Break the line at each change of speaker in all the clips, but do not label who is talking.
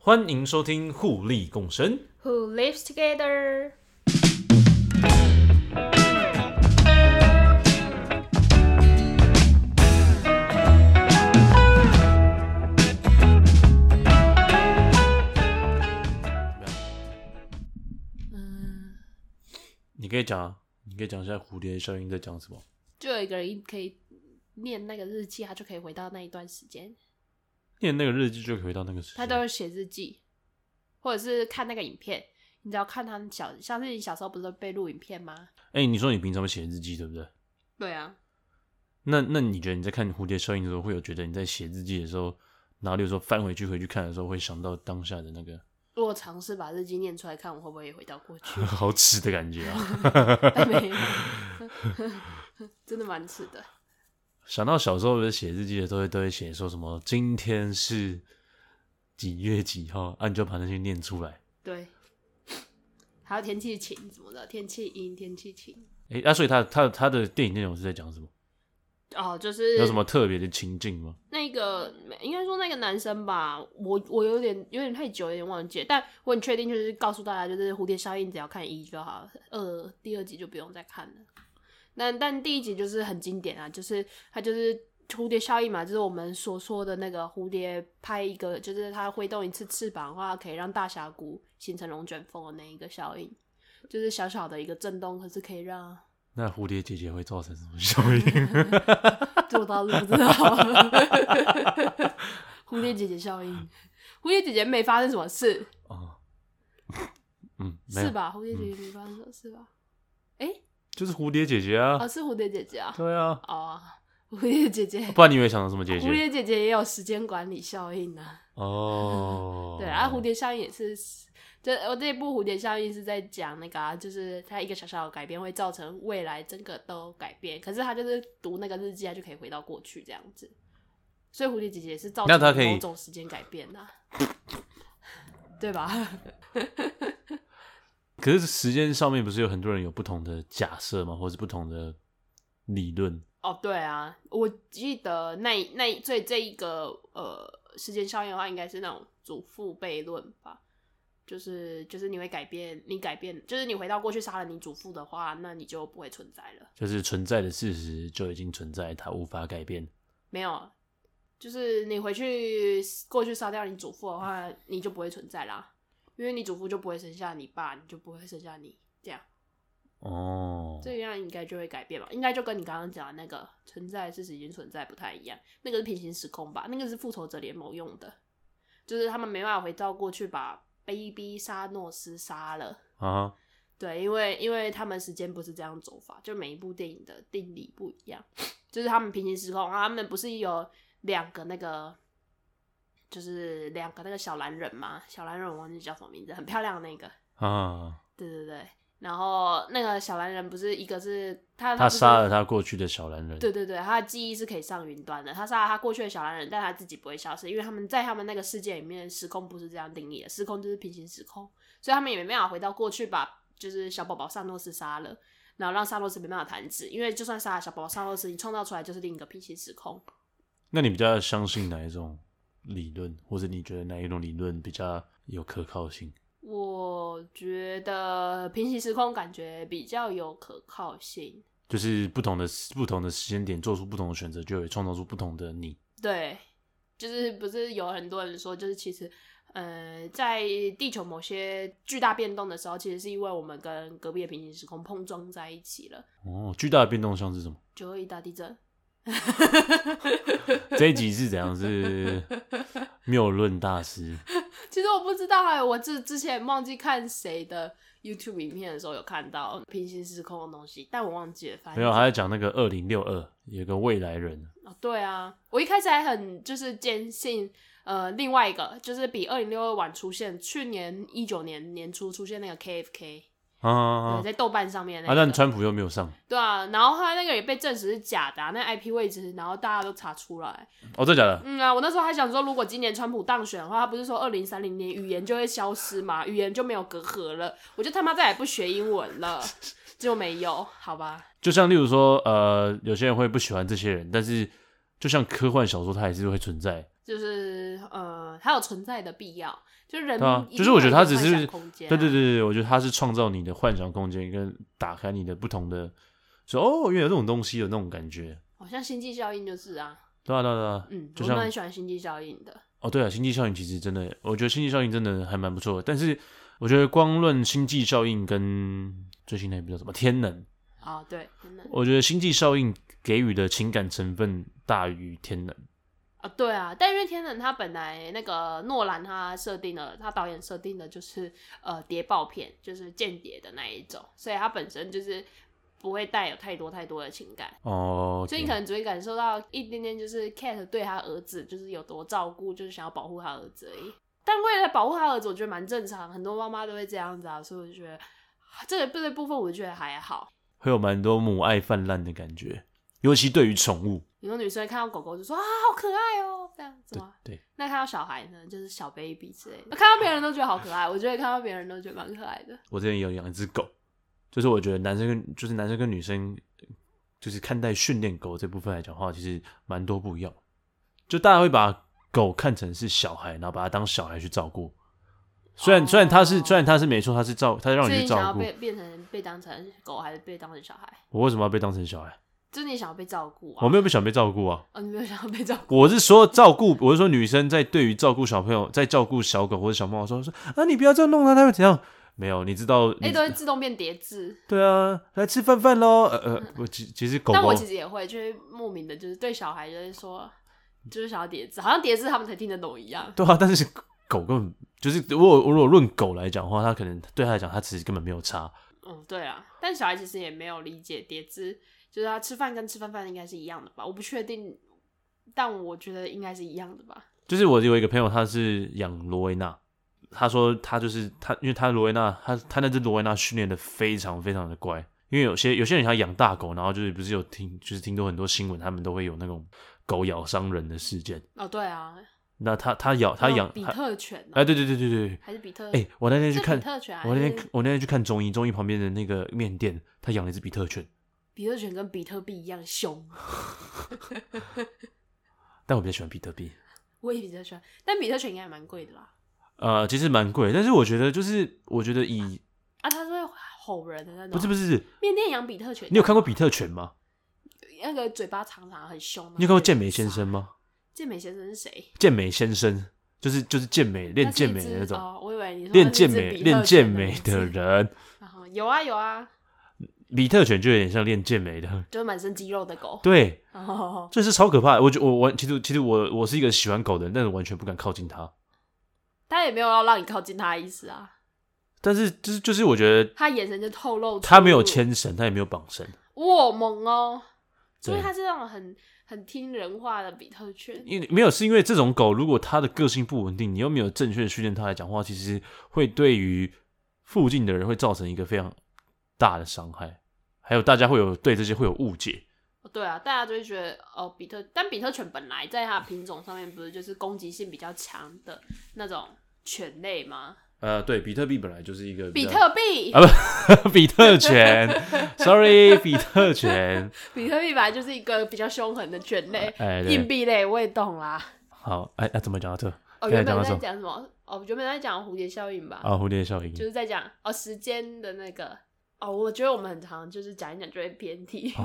欢迎收听互利共生。
Who lives together？嗯，
你可以讲啊，你可以讲一下蝴蝶效应在讲什么？
就有一个人可以念那个日记，他就可以回到那一段时间，
念那个日记就可以回到那个时间。
他都会写日记，或者是看那个影片。你只要看他小，像是你小时候不是都被录影片吗？
哎、你说你平常会写日记对不对？
对啊，
那那你觉得你在看蝴蝶效应的时候，会有觉得你在写日记的时候，然后例如说翻回去回去看的时候，会想到当下的那个。
我尝试把日记念出来，看我会不会也回到 过去
好吃的感觉啊？
没有，真的蛮迟的。
想到小时候的写日记的时候，都会写说什么今天是几月几号，啊，你就把那些念出来。
对，还有天气晴什么的，天气阴，天气晴。
哎、啊，所以他他他的电影内容是在讲什么？
哦，就是
有什么特别的情境吗？
那个，应该说那个男生吧，我我有点有点太久，有点忘记了，但我很确定，就是告诉大家，就是蝴蝶效应只要看一就好了，二第二集就不用再看了。那但第一集就是很经典啊，就是它就是蝴蝶效应嘛，就是我们所说的那个蝴蝶拍一个，就是它挥动一次翅膀的话，可以让大峡谷形成龙卷风的那一个效应，就是小小的一个震动，可是可以让
那蝴蝶姐姐会造成什么效应？
做到了，不知道。蝴蝶姐姐效应，蝴蝶姐姐没发生什么事，
哦，嗯，没
是
有，
吧？蝴蝶姐姐没发生什么事吧？
就是蝴蝶姐姐啊
哦，，是蝴蝶姐姐啊，
对啊，
哦，蝴蝶姐姐，
哦不然你以为想到什么姐
蝴
姐？
蝶姐姐也有时间管理效应啊。
哦，
对，啊然后蝴蝶效应也是，这我这一部蝴蝶效应是在讲那个、啊，就是它一个小小的改变会造成未来整个都改变，可是他就是读那个日记，啊他就可以回到过去这样子。所以蝴蝶姐姐是造
那它可
成
以
某种时间改变的啊、 对吧？
可是时间上面不是有很多人有不同的假设吗？或者是不同的理论？
哦，对啊，我记得那一那一最这一个呃时间效应的话，应该是那种祖父悖论吧，就是就是你会改变，你改变，就是你回到过去杀了你祖父的话，那你就不会存在了。
就是存在的事实就已经存在，它无法改变。
没有，就是你回去过去杀掉你祖父的话，你就不会存在啦，因为你祖父就不会生下你爸，你就不会生下你，这样
哦，
这样应该就会改变吧？应该就跟你刚刚讲的那个存在的事实已经存在不太一样，那个是平行时空吧？那个是复仇者联盟用的，就是他们没办法回到过去把 Baby 沙诺斯杀了。
啊，
对，因为因为他们时间不是这样走法，就每一部电影的定理不一样， 就是他们平行时空，啊，他们不是有两个那个，就是两个那个小蓝人嘛，小蓝人我忘记叫什么名字，很漂亮的那个，
啊，
对对对，然后那个小蓝人不是一个是他
他
不是
杀了他过去的小男人。
对对对，他的记忆是可以上云端的。他杀了他过去的小蓝人，但他自己不会消失，因为他们在他们那个世界里面，时空不是这样定义的，时空就是平行时空，所以他们也没办法回到过去把就是小宝宝萨诺斯杀了，然后让萨诺斯没办法弹指，因为就算杀了小宝宝萨诺斯，你创造出来就是另一个平行时空。
那你比较相信哪一种理论，或者你觉得哪一种理论比较有可靠性？
我觉得平行时空感觉比较有可靠性，
就是不同的不同的时间点做出不同的选择，就会创造出不同的你。
对，就是不是有很多人说，就是其实，呃，在地球某些巨大变动的时候，其实是因为我们跟隔壁的平行时空碰撞在一起了，
哦，巨大的变动像是什么？
九二一大地震。
这一集是怎样？ 是谬论大师
其实我不知道哎、我之之前忘记看谁的 YouTube 影片的时候有看到平行时空的东西，但我忘记了。反
没
正
有？
就是
他在讲那个二零六二，有个未来人，
哦，对啊，我一开始还很就是坚信，呃，另外一个就是比二零六二晚出现，去年一九年年初出现那个 KFK，、
啊啊
对，在豆瓣上面那
啊！
个。
但川普又没有上
对啊，然后他那个也被证实是假的、啊，那 IP 位置，然后大家都查出来。
哦，真的假的？
嗯啊，我那时候还想说，如果今年川普当选的话，他不是说二零三零年语言就会消失嘛，语言就没有隔阂了，我就他妈再也不学英文了，就没有，好吧？
就像例如说，呃，有些人会不喜欢这些人，但是就像科幻小说，它还是会存在。
就是呃，它有存在的必要，就是人
对啊
嗯一定
就是我觉得它
有一
只
个
是
幻想空间啊、
对对对对，我觉得它是创造你的幻想空间，跟打开你的不同的，说哦，原来有这种东西的那种感觉，
好像星际效应就是啊，
对啊对啊对啊，
嗯，
就
我
像
蛮喜欢星际效应的，
哦对啊，星际效应其实真的，我觉得星际效应真的还蛮不错的，但是我觉得光论星际效应跟最新那部叫什么天能，
啊、对，真的
我觉得星际效应给予的情感成分大于天能，
啊，对啊，但因为天能他本来那个诺兰他设定了，他导演设定的就是呃谍报片，就是间谍的那一种，所以他本身就是不会带有太多太多的情感，
哦，
所以你可能只会感受到一点点，就是 Cat 对他儿子就是有多照顾，就是想要保护他儿子而已。但为了保护他儿子，我觉得蛮正常，很多妈妈都会这样子啊，所以我觉得啊这个这个部分我觉得还好。
会有蛮多母爱泛滥的感觉，尤其对于宠物，
有的女生看到狗狗就说啊好可爱哦、这样子
对
吗？
对，
那看到小孩呢，就是小 baby 之类的，看到别人都觉得好可爱，我觉得看到别人都觉得蛮可爱的。
我之前有养一只狗，就是我觉得男生跟就是男生跟女生，就是看待训练狗这部分来讲的话，其实蛮多不一样。就大家会把狗看成是小孩，然后把它当小孩去照顾。虽然、
哦
虽然它是虽然它是没错，它是照它让
所
你
以
去
你想
照
要
顾
被。变成被当成狗，还是被当成小孩？
我为什么要被当成小孩？
就是你想要被照顾啊？
我没有被想被照顾啊。
哦，你没有想要被照顾。
我是说照顾，我是说女生在对于照顾小朋友，在照顾小狗或者小猫的时候说啊，你不要这样弄它，它会怎样？没有，你知道？
哎、
你
都会自动变叠字，
对啊，来吃饭饭喽。呃呃，我其其实狗
嗯但
狗
我其实也会，就是莫名的，就是对小孩就是说，就是想要叠字，好像叠字他们才听得懂一样。
对啊，但 是狗根本就是，如果如果论狗来讲的话，它可能对它来讲，它其实根本没有差。
嗯，对啊，但小孩其实也没有理解叠字，就是他吃饭跟吃饭饭应该是一样的吧？我不确定，但我觉得应该是一样的吧。
就是我有一个朋友，他是养罗威纳，他说他就是他，因为他罗威纳，他他那只罗威纳训练的非常非常的乖。因为有些有些人想养大狗，然后就是不是有听就是听到很多新闻，他们都会有那种狗咬伤人的事件。
哦，对啊，
那他他咬他
那种
养
比
他
特犬哦、
哎，对对对对对，
还是比特，
哎、我那天去
是
看
比，特犬还是，
我那天我那天去看中医，中医旁边的那个面店，他养了一只比特犬，
比特犬跟比特币一样凶，
但我比较喜欢比特币。
我也比较喜欢，但比特犬应该也蛮贵的啦。
呃，其实蛮贵，但是我觉得就是，我觉得以
啊，它是会吼人的那种。
不是不
啊是，
是，
缅甸养比特犬，
你有看过比特犬吗？
那个嘴巴长长很凶？
你有看过健美先
欸
生？吗？
健美先生是谁？
健美先生就是就是健美练
它是
健
一
美的
只
那种，
哦，我以为你说
练
它是
健
一只
美
比特
练
犬
健
的名
美
字
的。人，
然后有啊有啊，
比特犬就有点像练健美的，
就是满身肌肉的狗。
对，
哦，
这是超可怕的。我觉我我其实其实我我是一个喜欢狗的人，但是完全不敢靠近它。
它也没有要让你靠近它的意思啊，
但是就是就是我觉得
它眼神就透露出。
它没有，牵绳，它也没有绑绳，
哇猛哦，因为
对
它是那种很很听人话的比特犬。
因为没有，是因为这种狗，如果它的个性不稳定，你又没有正确的训练它来讲话，其实会对于附近的人会造成一个非常大的伤害，还有大家会有对这些会有误解。
对啊，大家就会觉得哦，比特，但比特犬本来在它的品种上面不是就是攻击性比较强的那种犬类吗？
呃，对，比特币本来就是一个比
比
较
特币，
啊不， 比特犬，sorry，比特犬，
比特币本来就是一个比较凶狠的犬类，
哎，
硬
对，
币类我也懂啦。
好，哎，那、怎么讲到这？
哦，
刚才
原
讲
本
到
在
什么
讲什么？哦，原本在讲蝴蝶效应吧，
啊，蝴蝶效应
就， 是在讲哦时间的那个。哦，我觉得我们很常就是讲一讲就会偏题。啊、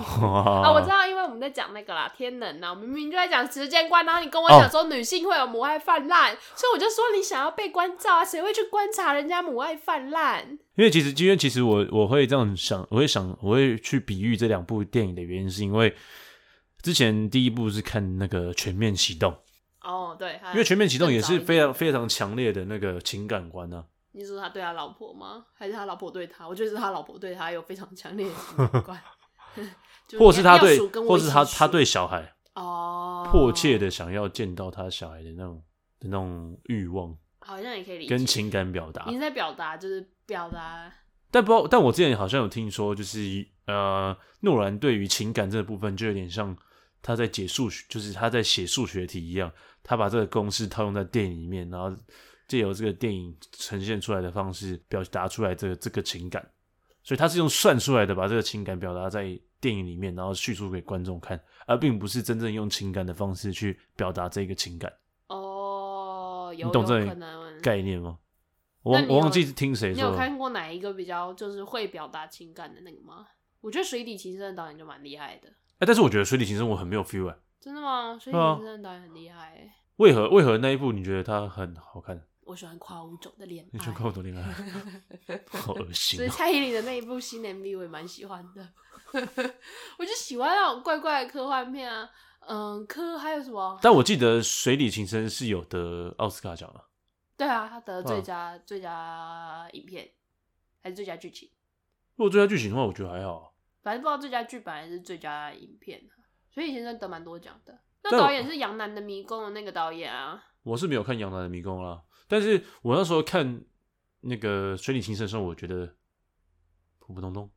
啊
我知道，因为我们在讲那个啦，天能呐，我们明明就在讲时间观，然后你跟我
哦
讲说女性会有母爱泛滥，所以我就说你想要被关照啊，谁会去观察人家母爱泛滥？
因为其实，因为其实我我会这样想，我会想，我会去比喻这两部电影的原因，是因为之前第一部是看那个《全面启动》，
哦，对，还
因为《全面启动》
更
也
早
是
一点
非常非常强烈的那个情感观啊。
你说他对他老婆吗？还是他老婆对他？我觉得是他老婆对他有非常强烈的情 感观，就
或者是他
要
对，
数跟我
或
一
者
起
是他
数
他对小孩
哦
迫切，的想要见到他小孩的那种的那种欲望
好像也可以理解。
跟情啊感表达
你。是在表达就是表达
但不知道，但我之前好像有听说，就是呃，诺兰对于情感这个部分，就有点像他在解数学，就是他在写数学题一样，他把这个公式套用在电影里面，然后借由这个电影呈现出来的方式，表达出来这个这个情感。所以他是用算出来的，把这个情感表达在电影里面，然后叙述给观众看，而并不是真正用情感的方式去表达这个情感。
哦、哦，有
你懂
有
这
可能。
概念吗？我
那
忘
你
我忘
有
记是听谁
你
说
有
了，
看过哪一个比较就是会表达情感的那个吗？我觉得水底情深的导演就蛮厉害的，
哎，但是我觉得《水底情深》我很没有 feel 哎、
真的吗？水底
对啊
情深的导演很厉害、欸，
为何为何那一部你觉得它很好看？
我喜欢跨物种的恋
你
爱，
喜欢看我的恋爱， 好恶心、
哎所以
哦。
蔡依林的那一部新 MV 我也蛮喜欢的， 我就喜欢那种怪怪的科幻片啊，嗯，科还有什么？
但我记得《水底情深》是有得奥斯卡奖的，
对啊，他得最
嗯
佳、最佳影片还是最佳剧情，
如果最佳剧情的话，我觉得还好。啊
反正不知道最佳剧本还是最佳影片啊，所以先生得蛮多奖的。那
但我
导演是杨澜的《迷宫》的那个导演啊，
我是没有看《杨澜的迷宫》啦，但是我那时候看那个《水底情深》的时候，我觉得普普通通。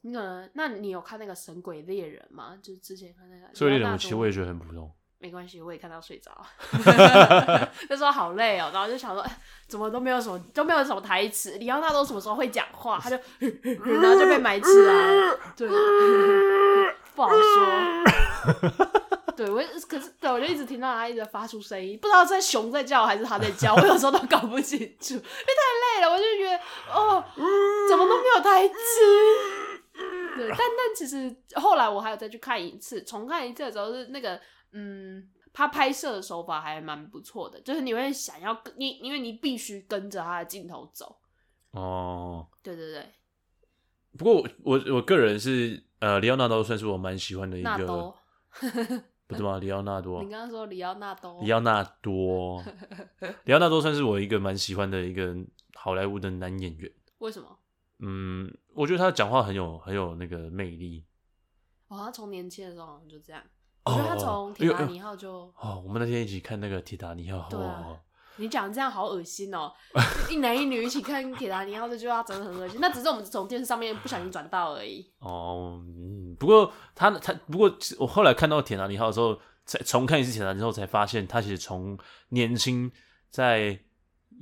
你可能那你有看那个《神鬼猎人》吗？就是之前看那个《
所以《猎
里奥纳
人
多
其实我也觉得很普通。
没关系，我也看到睡着， 那时候好累哦，然后就想说，哎怎么都没有什么都没有什么台词，里奥纳多什么时候会讲话？他就， 然后就被埋起来，对，不好说。 对，我可是对，我就一直听到他一直发出声音，不知道在熊在叫还是他在叫，我有时候都搞不清楚，因为太累了，我就觉得哦，怎么都没有台词。对，但但其实后来我还有再去看一次，重看一次的时候是那个，嗯，他拍摄的手法还蛮不错的，就是你会想要跟你，因为你必须跟着他的镜头走。
哦，
对对对，
不过我我我个人是呃，里奥纳多算是我蛮喜欢的一
纳
个
多，，嗯
不是吗？啊里奥纳多
你，刚刚说里奥纳多，
里奥纳 多，里奥纳多算是我一个蛮喜欢的一个好莱坞的男演员。
为什么？
嗯，我觉得他讲话很有很有那个魅力。
哦，他从年轻的时候好像就这样，我觉得他从《
哎
铁
呦
达
哎呦
尼号》就，
哦，我们那天一起看那个《铁达尼号》
对啊
哦，
你讲这样好恶 心哦，一男一女一起看《铁达尼号》，这句话真的很恶心。那只是我们从电视上面不小心转到而已。
哦，嗯，不过他他不过我后来看到《铁达尼号》的时候，才重看一次《铁达尼号》才发现，他其实从年轻在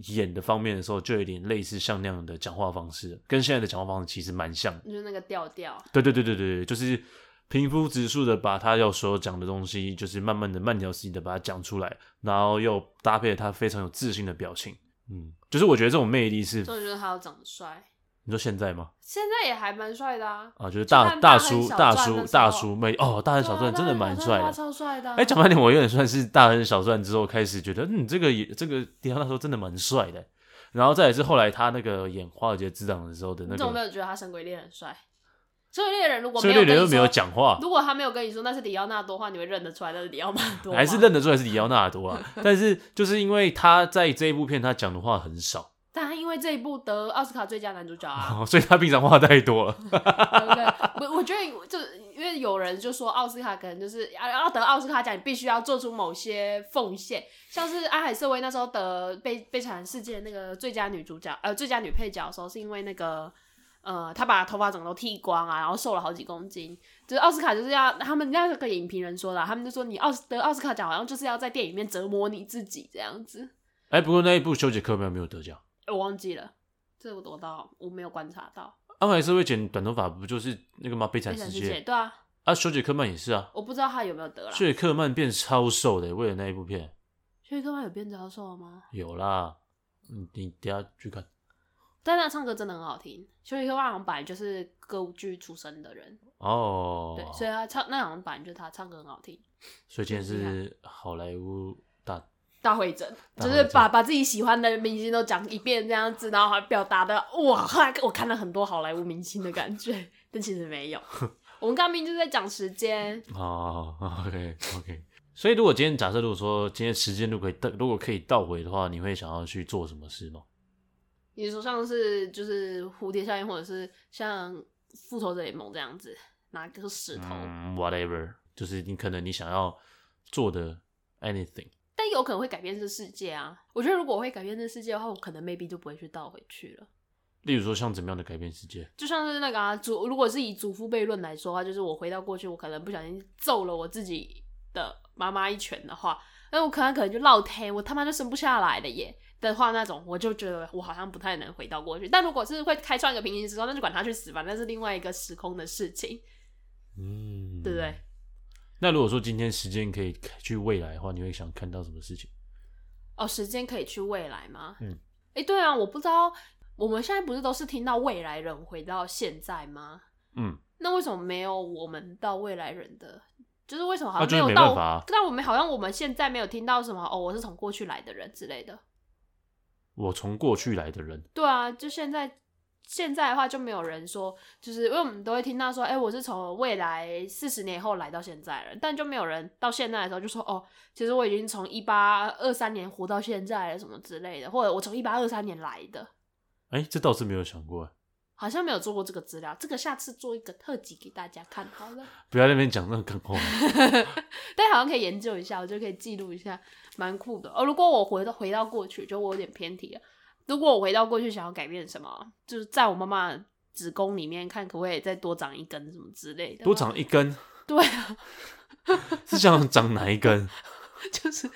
演的方面的时候，就有点类似像那样的讲话方式，跟现在的讲话方式其实蛮像的。
就是那个调调，
对对对对对，对就是平铺直述的把他要所有讲的东西，就是慢慢的慢条斯理的把它讲出来，然后又搭配他非常有自信的表情，嗯，就是我觉得这种魅力是，
重点就是他要长得帅，
你说现在吗？
现在也还蛮帅的啊。
啊，就是
就
大
看
大
大
叔
亨小
大
传
叔
的时
大
候
叔魅哦，大亨小传真的蛮帅
对啊
的。
超帅的啊。
哎，讲半天我有点算是大亨小传之后开始觉得，嗯，这个也这个迪奥那时候真的蛮帅的。然后再也是后来他那个演《华尔街之狼》的时候的那
你怎么没
个，
有觉得他《神鬼猎人》帅？《神鬼猎人》如果
所
没
以
有
猎
跟
人
你
又没有
说，
讲话，
如果他没有跟你说那是里奥纳多的话，你会认得出来那是里奥纳多吗
还是认，得出来是里奥纳多 啊。但是就是因为他在这一部片他讲的话很少，
但他因为这一部得奥斯卡最佳男主角啊，
所以他平常话太多了。
对不对？我我觉得就因为有人就说奥斯卡可能就是啊要要得奥斯卡奖，你必须要做出某些奉献，像是安海瑟薇那时候得被被惨世界那个最佳女主角呃最佳女配角的时候，是因为那个呃她把头发整个都剃光啊，然后瘦了好几公斤。就是奥斯卡就是要他们那个影评人说的啊，他们就说你奥斯得奥斯卡奖好像就是要在电影里面折磨你自己这样子。
哎，不过那一部《修杰克曼》没有得奖，
我忘记了，这我多到我没有观察到。
安海瑟薇剪短头发不就是那个吗？悲
悲
惨
惨
世
世界
界
对啊，
啊，修杰克曼也是啊。
我不知道他有没有得了。
薛克曼变超瘦的，为了那一部片，
薛岳克曼有变招瘦了吗？
有啦，嗯你等一下去看
但他唱歌真的很好听。休杰克曼好像本来就是歌舞剧出身的人，
哦。
对，所以他唱那好像本来就是他唱歌很好听。
所以今天是好莱坞大，
大会诊
大
就
会诊
是把把自己喜欢的明星都讲一遍这样子，然后还表达的哇，后来我看了很多好莱坞明星的感觉， 但其实 没有。我们刚明明就是在讲时间，
哦，OK OK。所以如果今天假设如果说今天时间如果可以倒，如果可以倒回的话，你会想要去做什么事吗？
你说像是就是蝴蝶效应，或者是像复仇者联盟这样子，拿个石头，
嗯，whatever，就是你可能你想要做的 anything。
但有可能会改变这世界啊！我觉得如果我会改变这世界的话，我可能 maybe 就不会去倒回去了。
例如说，像怎么样的改变世界？
就像是那个啊，祖如果是以祖父悖论来说的话，就是我回到过去，我可能不小心揍了我自己的妈妈一拳的话，那我可能可能就落天，我他妈就生不下来了耶的话，那种我就觉得我好像不太能回到过去。但如果是会开创一个平行时空，那就管他去死吧，那是另外一个时空的事情，
嗯，
对不对？？
那如果说今天时间可以去未来的话，你会想看到什么事情？
哦，时间可以去未来吗？
嗯，
哎、对啊，我不知道，我们现在不是都是听到未来人回到现在吗？
嗯，
那为什么没有我们到未来人的？就是为什么好
那
像
就是
有
没
到？
办法啊
但我们好像我们现在没有听到什么哦，我是从过去来的人之类的。
我从过去来的人，
对啊，就现在现在的话就没有人说，就是因为我们都会听到说，哎、我是从未来四十年后来到现在了，但就没有人到现在的时候就说，哦，其实我已经从一八二三年活到现在了什么之类的，或者我从一八二三年来的，
哎、这倒是没有想过，
好像没有做过这个资料，这个下次做一个特辑给大家看好了。
不要在那边讲那种干话。
但好像可以研究一下，我就可以记录一下，蛮酷的。哦，如果我回到回到过去，就我有点偏题了。如果我回到过去，想要改变什么，就是在我妈妈的子宫里面看可不可以再多长一根什么之类的。
多？长一根
对啊，
是想长哪一根
就是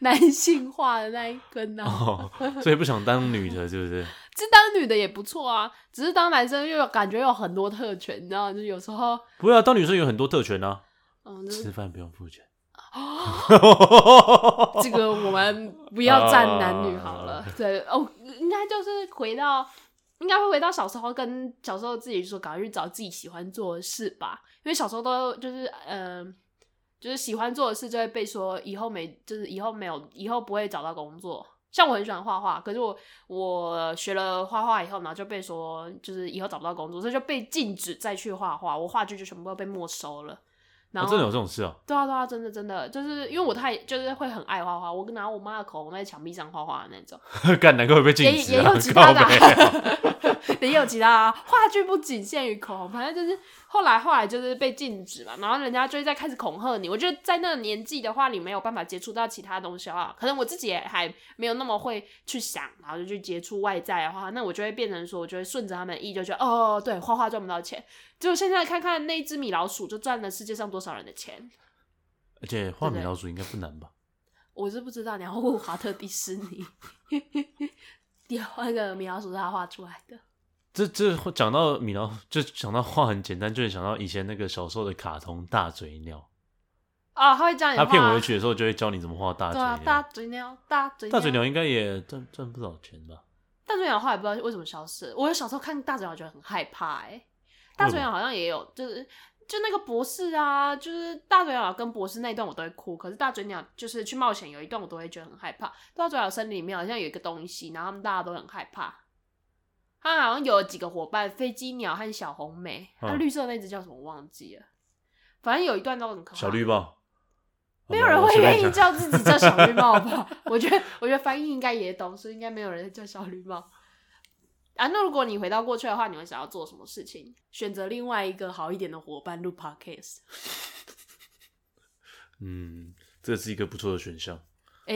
男性化的那一根呢、啊。
哦，所以不想当女的，是不是？
这、当女的也不错啊，只是当男生又有感觉有很多特权，你知道，就有时候，
不要、啊、当女生有很多特权啊，
嗯，就是哦
吃饭不用付钱。 哦
这个我们不要站男女好了
啊。
对哦，应该就是回到，应该会回到小时候，跟小时候自己说，赶快去找自己喜欢做的事吧。因为小时候都就是嗯、呃就是喜欢做的事就会被说以后没，就是以后没有，以后不会找到工作。像我很喜欢画画，可是我我学了画画以后，然后就被说就是以后找不到工作，所以就被禁止再去画画。我话剧就全部都被没收了。
啊
然后、
真的有这种事哦、
对啊，对啊，真的真的，就是因为我太就是会很爱画画，我拿我妈的口红在墙壁上画画的那种，
干难怪会被
也
禁止
也
啊
有其，
靠
他的、
北啊、
啊，也有其他啊。话剧不仅限于口红，反正就是后来后来就是被禁止嘛，然后人家就会在开始恐吓你。我觉得在那个年纪的话，你没有办法接触到其他东西的话，可能我自己也还没有那么会去想，然后就去接触外在的话，那我就会变成说，我就会顺着他们的意，就觉得哦，对，画画赚不到钱。就现在看看那一只米老鼠，就赚了世界上多少人的钱。
而且画米老鼠应该不难吧？
我是不知道，你要问华特迪士尼，第二那个米老鼠是他画出来的。
这这讲到米老，就想到画很简单，就是想到以前那个小时候的卡通大嘴鸟，
啊，他会教你画
他骗回去的时候就会教你怎么画大
对啊，
嘴
大
鸟。
嘴鸟，大嘴
大嘴鸟，应该也赚赚不少钱吧？
大嘴鸟后来不知道为什么消失了。我小时候看大嘴鸟觉得很害怕、欸，大嘴鸟好像也有，就是就那个博士啊，就是大嘴鸟跟博士那一段我都会哭，可是大嘴鸟就是去冒险有一段我都会觉得很害怕。大嘴鸟森林里面好像有一个东西，然后他们大家都很害怕。他好像有几个伙伴，飞机鸟和小红莓，
嗯
他绿色那只叫什么我忘记了，反正有一段都很可怕。
小绿帽，
没有人会愿意
叫。
叫自己叫小绿 帽吧？我觉得，我觉得翻译应该也懂，所以应该没有人叫小绿帽。啊，那如果你回到过去的话，你会想要做什么事情？选择另外一个好一点的伙伴录 podcast。
嗯，这是一个不错的选项。
哎、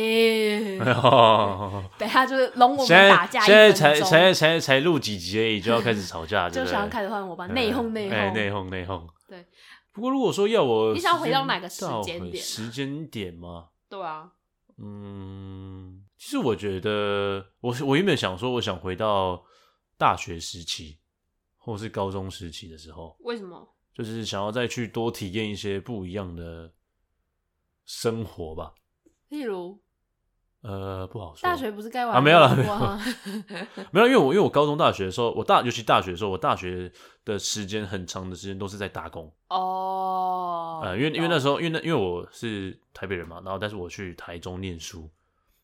哎呦
等一下就是容我们
现在
打架一
现在
分
才
钟，
才才才录几集而已，就要开始吵架，对
就
不对
想要开始换伙伴，
嗯
内讧内
哎
讧。
内讧内讧。
对。
不过如果说要我，
你想要回到哪个时间点啊
时间点吗？
对啊，
嗯，其实我觉得，我我原本想说，我想回到大学时期，或是高中时期的时候，
为什么？
就是想要再去多体验一些不一样的生活吧。
例如
呃，不好说。
大学不是该玩
啊没有啦
了，有
没有，因为我因为我高中、大学的时候，我大尤其大学的时候，我大学的时间很长的时间都是在打工。
哦。
呃，因为因为那
候
时候，因为那因为我是台北人嘛，然后但是我去台中念书，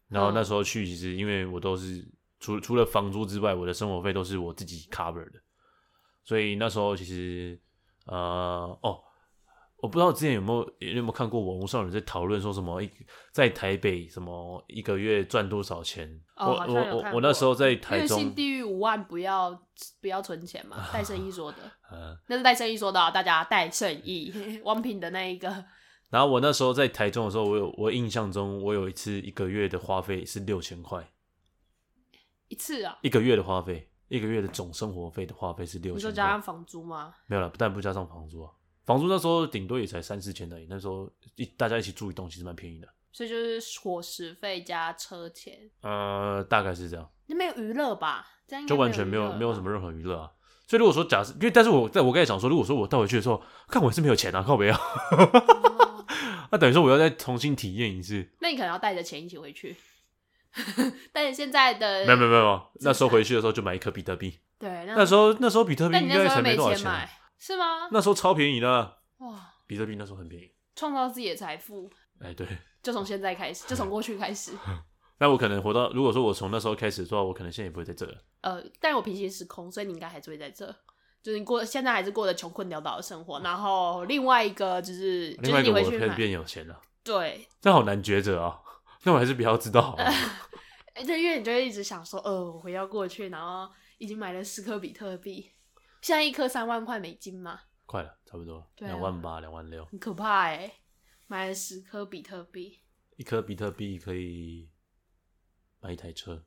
然
嗯
后那时候去其实因为我都是除除了房租之外，我的生活费都是我自己 cover 的，所以那时候其实呃哦，我不知道之前有没有有没有看过网络上有人在讨论说什么一在台北什么一个月赚多少钱？
哦好
我
像
我
有
我
看
我那
过
时候在台
月
中
薪地狱五万，不要不要存钱 嘛，戴胜义说的。
呃
那是戴胜义说的、啊，大家戴胜义王品的那一个
然后我那时候在台中的时候，我有我印象中，我有一次一个月的花费是六千块，
一次啊。
一个月的花费，一个月的总生活费的花费是六
你说
千
加上
块，
房租吗？
没有了，但不加上房租啊，房租那时候顶多也才三四千而已，那时候一大家一起住一栋其实蛮便宜的，
所以就是伙食费加车钱，
呃，大概是这样，
那没有娱乐吧？这样应该
就完全没
没
有没有什么
娱乐吧。
任何娱乐啊。所以如果说假设，因为但是我在我刚才想说，如果说我带回去的时候，看我也是没有钱啊，靠北啊，
哦
那等于说我要再重新体验一次，
那你可能要带着钱一起回去。 但是现在的
没有没有没有，那时候回去的时候就买一颗比特币，
对那
那时候那时候比特币
嗯但
应
你那
该
时候
才
又没
多少
钱
钱啊，
买是吗？
那时候超便宜的，啊
哇，
比特币那时候很便宜。
创造自己的财富
哎，对，
就从现在开始，就从过去开始。
那我可能活到，如果说我从那时候开始的话，我可能现在也不会在这了。
呃，但我平行时空，所以你应该还是会在这。就是你过现在还是过得穷困潦倒的生活，然后另外一个就是
另
就
外
是
一
你
个，
回
我
去
开始
买，
变有钱了，
对，
这好难抉择啊。 那我还是不要知道好了。
哎，对，因为你就会一直想说，呃，我回到过去，然后已经买了十颗比特币，现在一颗三万块美金嘛，
快了，差不多
对啊
两万八、两万六，
很可怕哎、买了十颗比特币，
一颗比特币可以买一台车。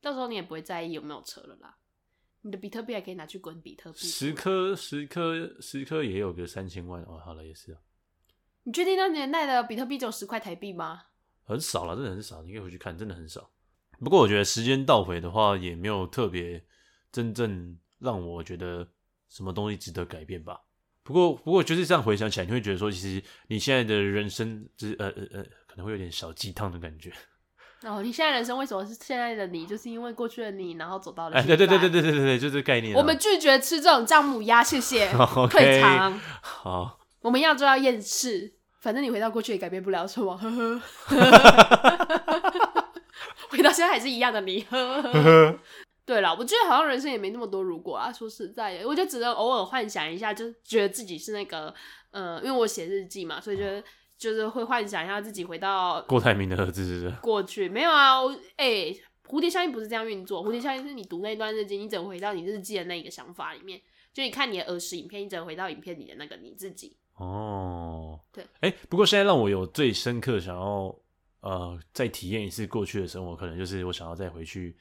到时候你也不会在意有没有车了啦。你的比特币还可以拿去滚比特币，
十颗，十颗，十颗也有个三千万哦。好了，也是啊
你确定那年代的比特币只有十块台币吗？
很少了，真的很少。你可以回去看，真的很少。不过我觉得时间倒回的话，也没有特别真正让我觉得什么东西值得改变吧。不过，不过就是这样回想起来，你会觉得说，其实你现在的人生，就是呃呃呃，可能会有点小鸡汤的感觉。
哦，你现在人生为什么是现在的你？就是因为过去的你，然后走到了
哎，
现
对对
在。
对对对对对对，就这个概念啊、
我们拒绝吃这种姜母鸭，谢谢
OK
退场。
好，
我们要就要厌世，反正你回到过去也改变不了什么，呵呵。回到现在还是一样的你，呵呵。对了，我觉得好像人生也没那么多如果啊。说实在的，我就只能偶尔幻想一下，就是觉得自己是那个，呃，因为我写日记嘛，所以就就是会幻想一下自己回到
郭台铭的儿子是不是？
过去。没有啊，我哎、蝴蝶效应不是这样运作，蝴蝶效应是你读那段日记，你只能回到你日记的那个想法里面。就你看你的儿时影片，你只能回到影片里的那个你自己。
哦，
对，
哎、不过现在让我有最深刻想要呃再体验一次过去的生活，可能就是我想要再回去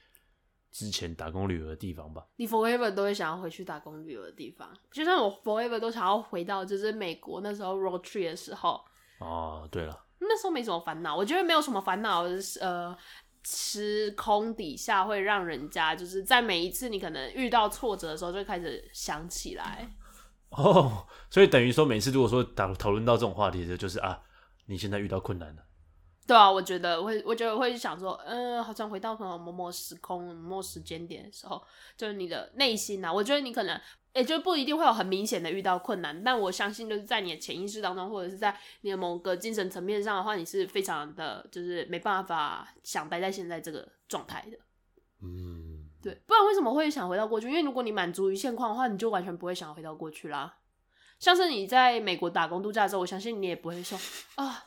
之前打工旅游的地方吧。
你 forever 都会想要回去打工旅游的地方，就像我 forever 都想要回到就是美国那时候 road trip 的时候，
哦，对了，
那时候没什么烦恼，我觉得没有什么烦恼，呃，时空底下会让人家就是在每一次你可能遇到挫折的时候，就会开始想起来。
哦，所以等于说每次如果说打讨论到这种话题的时候，就是啊，你现在遇到困难了，
对啊，我觉得会，我觉得会想说，嗯，好像回到可能某某时空、某某时间点的时候，就是你的内心啊，我觉得你可能也就不一定会有很明显的遇到困难，但我相信就是在你的潜意识当中，或者是在你的某个精神层面上的话，你是非常的就是没办法想待在现在这个状态的。
嗯，
对，不然为什么会想回到过去？因为如果你满足于现况的话，你就完全不会想要回到过去啦。像是你在美国打工度假的时候，我相信你也不会说啊，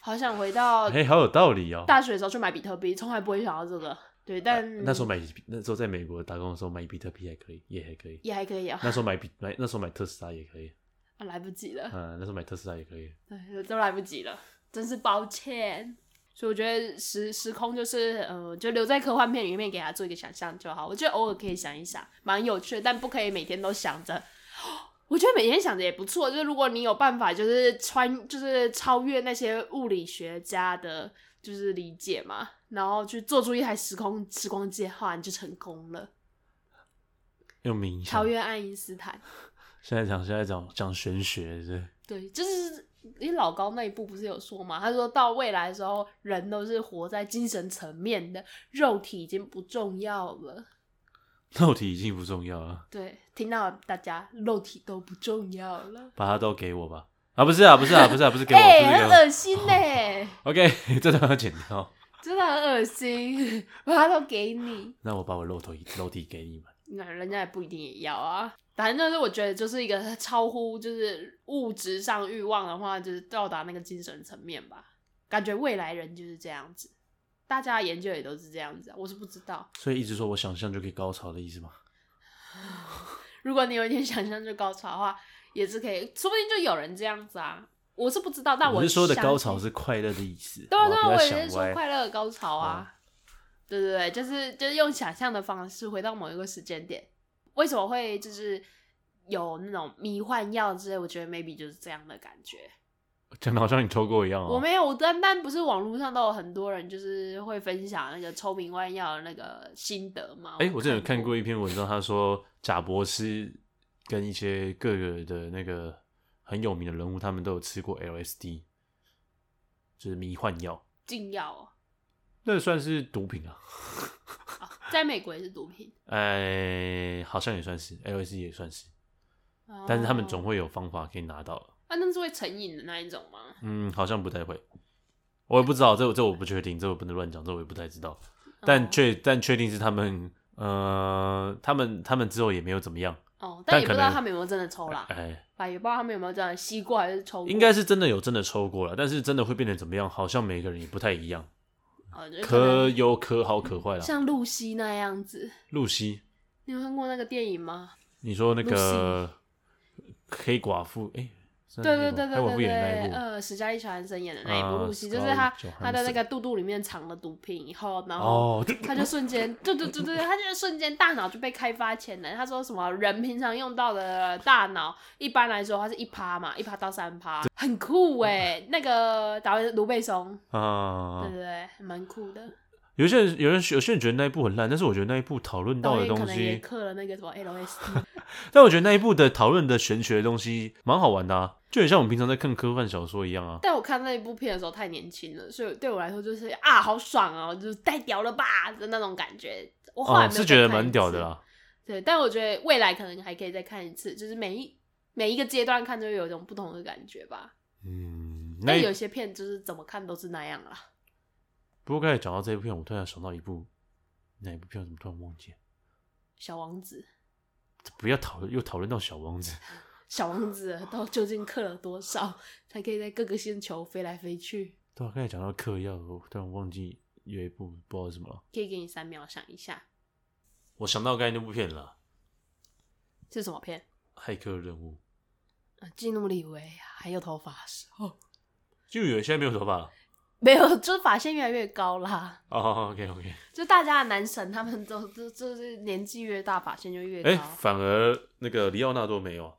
好想回到
哎、好有道理哦。
大学的时候去买比特币，从来不会想到这个。对，但
那时候买那时候在美国打工的时候买比特币还可以，也还可以。
也还可以啊，
那时候买比买那时候买特斯拉也可以，
啊来不及了，
嗯，那时候买特斯拉也可以。
对，都来不及了，真是抱歉。所以我觉得时时空就是，呃，就留在科幻片里面给他做一个想象就好。我觉得偶尔可以想一想，蛮有趣的，但不可以每天都想着。我觉得每天想着也不错，就是如果你有办法，就是穿，就是超越那些物理学家的，就是理解嘛，然后去做出一台时空时光机的话，你就成功了，
用冥想
超，越爱因斯坦。
现在讲现在讲讲玄学是不是
对，就是因为老高那一部不是有说嘛，他说到未来的时候，人都是活在精神层面的，肉体已经不重要了。
肉体已经不重要了，
对，听到大家肉体都不重要了，
把它都给我吧。啊，不是啊，不是啊，不是啊，不是给我，
哎、
不是给
很
我。
恶心呢、
OK，这 段要剪掉。
真的很恶心， 把它都给你，
那我把我肉头肉体给你们。
那人家也不一定也要啊。反正就是我觉得，就是一个 超乎就是物质上欲望的话，就是到达那个精神层面吧。感觉未来人就是这样子，大家的研究也都是这样子啊，我是不知道。
所以一直说我想象就可以高潮的意思吗？
如果你有一点 想象就高潮的话，也是可以，说不定就有人这样子啊。我是不知道，但
我是说的高潮
相信
是快乐的意思。
对啊
我
对啊，
不要
我也
哦想
是说
歪。嗯
快乐的高潮啊。对对对，就是就是用想象的方式回到某一个时间点。为什么会就是有那种迷幻药之类？我觉得 maybe 就是这样的感觉。
讲的好像你抽过一样哦。
我没有，我单单不是网络上都有很多人就是会分享那个抽迷幻药的那个心得吗？
哎、我之前有看过一篇文章，他说贾博士跟一些各个的那个很有名的人物，他们都有吃过 LSD，就是迷幻药。
禁药哦、
那算是毒品啊？
啊，在美国也是毒品，
哎，好像也算是，LSD 也算是，但是他们总
哦
会有方法可以拿到的。
啊，那是会成瘾的那一种吗？
嗯，好像不太会，我也不知道，这我这我不确定，这我不能乱讲，这我也不太知道。但
哦
确但确定是他们，呃，他们他们之后也没有怎么样，
哦，
但
但也
可
不知道
能
他们有没有真的抽啦，
哎，
啊，也不知道他们有没有真的吸过还是抽过，
应该是真的有真的抽过了，但是真的会变成怎么样，好像每个人也不太一样，
哦就是可
可
能
有可好可坏啦。
像露西那样子。
露西，
你有看过那个电影吗？
你说那个黑寡妇，哎、是
对
黑
对
寡
对对
黑寡
对
妇演的那一
对，
部，
呃，史嘉丽·乔安森演的那一
啊
部露西，就是
，Scarlett
她她的那
Johansson
个肚肚里面藏了毒品以后，然后
哦，对
他就瞬间，对对对对，他就瞬间大脑就被开发潜能。他说什么人平常用到的大脑，一般来说它是一趴嘛，一趴到三趴，很
哦
酷哎。那个导演是卢贝松，
啊、
对对对，蛮酷的。
有些人有人有些人觉得那一部很烂，但是我觉得那一部讨论到
导
的
演可
东
能也
西，
刻了那个什么 LSD，
但我觉得那一部的讨论的玄学的东西蛮好玩的、啊，就很像我们平常在看科幻小说一样啊。
但我看那一部片的时候太年轻了，所以对我来说就是啊，好爽哦，就是太屌了吧的那种感觉。我后来没
啊，
有
是
再
觉得
看
蛮
一
屌
次
的啦。
对，但我觉得未来可能还可以再看一次，就是每一每一个阶段看都会有一种不同的感觉吧。
嗯，那
但
一
有些片就是怎么看都是那样啦。
不过刚才讲到这一部片，我突然想到一部哪一部片，我怎么突然忘记了？
小王子，
不要讨论，又讨论到小王 子。
小王子
哦
到究竟刻了多少，才可以在各个星球飞来飞去？
对啊，刚才讲到嗑药，我突然忘记有一部不知道是什么了。
可以给你三秒想一下
我想到刚才那部片了，
是什么片？
《骇客任务
呃基努里维还有头发的时候，》，
就有现在没有头发了。
没有，就是发线越来越高啦。
哦、o k OK，
就大家的男神他们都就就是年纪越大，发线就越高。
哎、反而那个里奥纳多没有啊。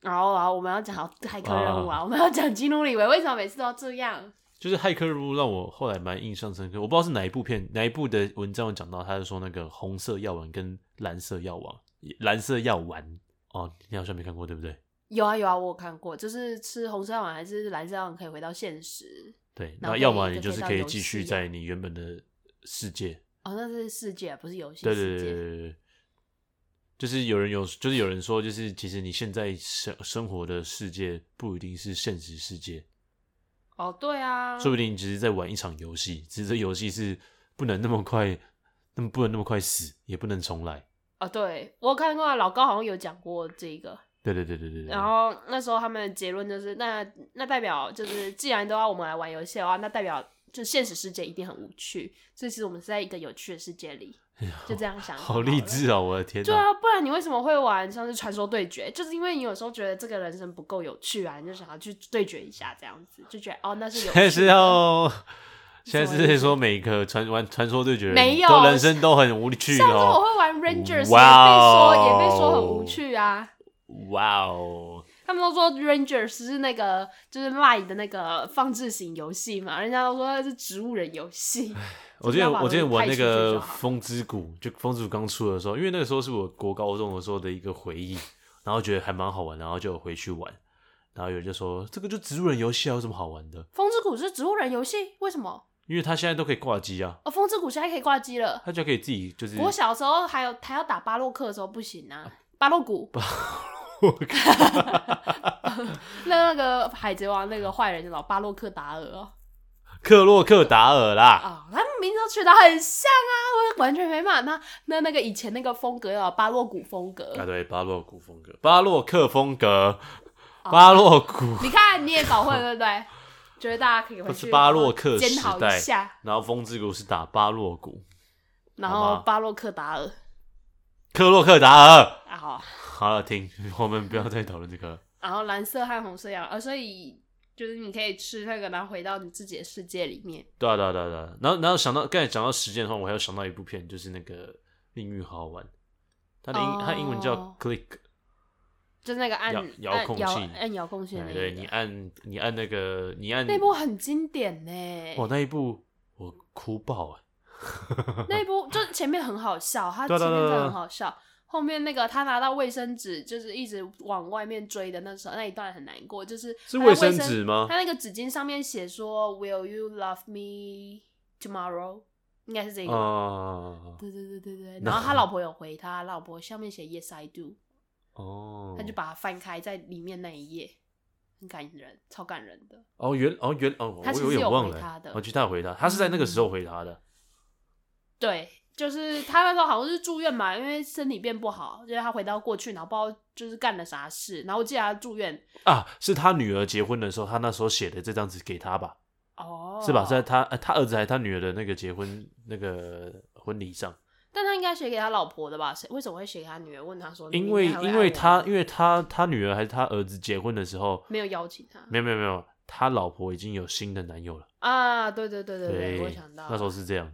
然后啊，我们要讲好骇客任务
哦
啊，我们要讲基努里维，为什么每次都要这样？
就是《骇客任务》让我后来蛮印象深刻，我不知道是哪一部片哪一部的文章有讲到，他是说那个红色药丸跟蓝色药丸，蓝色药丸哦，你好像没看过对不对？
有啊有啊，我有看过，就是吃红色丸还是蓝色丸可以回到现实。
对，
然
那
后
要
可
么
以就
你
可以
就是
到
可以
游
继续
戏啊
在你原本的世界，
哦，那是世界，不是游戏
对对
世
对
界。
对对对，就是有人有，就是有人说，就是其实你现在生生活的世界不一定是现实世界，
哦，对啊，
说不定你只是在玩一场游戏，只是这游戏是不能那么快，那么不能那么快死，也不能重来。
哦，对我有看过啊老高好像有讲过这个，
对对对对对对。
然后那时候他们的结论就是，那那代表就是，既然都要我们来玩游戏的话，那代表就现实世界一定很无趣，所以其实我们是在一个有趣的世界里，就这样想
哎好励志
啊！
啊！我的天
对
哪！
啊，不然你为什么会玩像是传说对决？就是因为你有时候觉得这个人生不够有趣啊，你就想要去对决一下，这样子就觉得哦，那是有
现
趣
在 是
的。
要，现在
什么意
是
思
说每个传玩传说对决人
没有
都人生都很无趣
上周我
哦。
会玩 Rangers，、
哇
也被说也被说很
哦
无趣啊。
哇哦！
他们都说 Rangers 是那个就是 Line 的那个放置型游戏嘛，人家都说是植物人游 戏。
我之前
就不要把
我之前玩那
东西派出去
个
就
《
好
风之谷》，就《风之谷》刚出的时候，因为那个时候是我国高中的时候的一个回忆，然后觉得还蛮好玩，然后就有回去玩，然后有人就说这个就植入人游戏啊，有什么好玩的？
风之谷是植物人游戏，为什么？
因为它现在都可以挂机啊，
哦，风之谷现在可以挂机了。
它就可以自己就是
我小时候还有还要打巴洛克的时候不行啊，巴洛谷，那那个海贼王那个坏人叫什么巴洛克达尔哦
啊克洛克达尔啦，
啊，他们名字都取得很像啊，我完全没办法。那那那个以前那个风格啊，巴洛谷风格，
啊对，巴洛谷风格，巴洛克风
哦
格，巴洛谷，
你看你也搞混了，对不 对？觉得大家可以回
是
去
巴洛克
检
时
讨一
代
下，
然后《风之谷》是打巴洛谷，
然
好吧
后巴洛克达尔
克洛克达尔。
啊，好，
好了，停，我们不要再讨论这个了。
然后蓝色和红色一样，呃，所以就是你可以吃那个，然后回到你自己的世界里面。
对啊，对啊，对啊，对啊。然后，然后想到刚才讲到时间的话，我还有想到一部片，就是那个《命运好好玩》，它的英、它英文叫
哦
Click，
就是那个按
遥
按
遥控器
摇按遥控器的
哎
那
对
一
你
个，
按你按那个你按
那部很经典呢。
哇那一部我哭爆哎、
那一部就是前面很好笑，他
对
前
啊对啊
面
对啊
真的
对啊
很好笑，后面那个他拿到卫生纸就是一直往外面追的那时候那一段很难过，就是
是
他的
卫生纸吗
他那个纸巾上面写说 “Will you love me tomorrow，应该是这个吧。
啊，
对对对 对对，
那
然后他老婆有回他，老婆下面写 Yes I do，
哦，
他就把它翻开在里面那一页，很感人，超感人的。
哦原哦原哦，
他
我
其实
有点
有
忘
回
了
他
欸，
的
我去他回答，他是在那个时候回答的，
对，就是他那时候好像是住院嘛，因为身体变不好，就是他回到过去，然后不知道就是干了啥事，然后我记得他住院
啊，是他女儿结婚的时候，他那时候写的这张纸给他吧，
哦，
是吧？在他呃他儿子还是他女儿的那个结婚那个婚礼上，
但他应该写给他老婆的吧？谁为什么会写给他女儿？问他说哦你
因
应
为
该会
因
爱
为
我哦
他
吗
因为他他女儿还是他儿子结婚的时候，
没有邀请他
没有没有没有，他老婆已经有新的男友了，
啊，对对对对对，我想到
那时候是这样，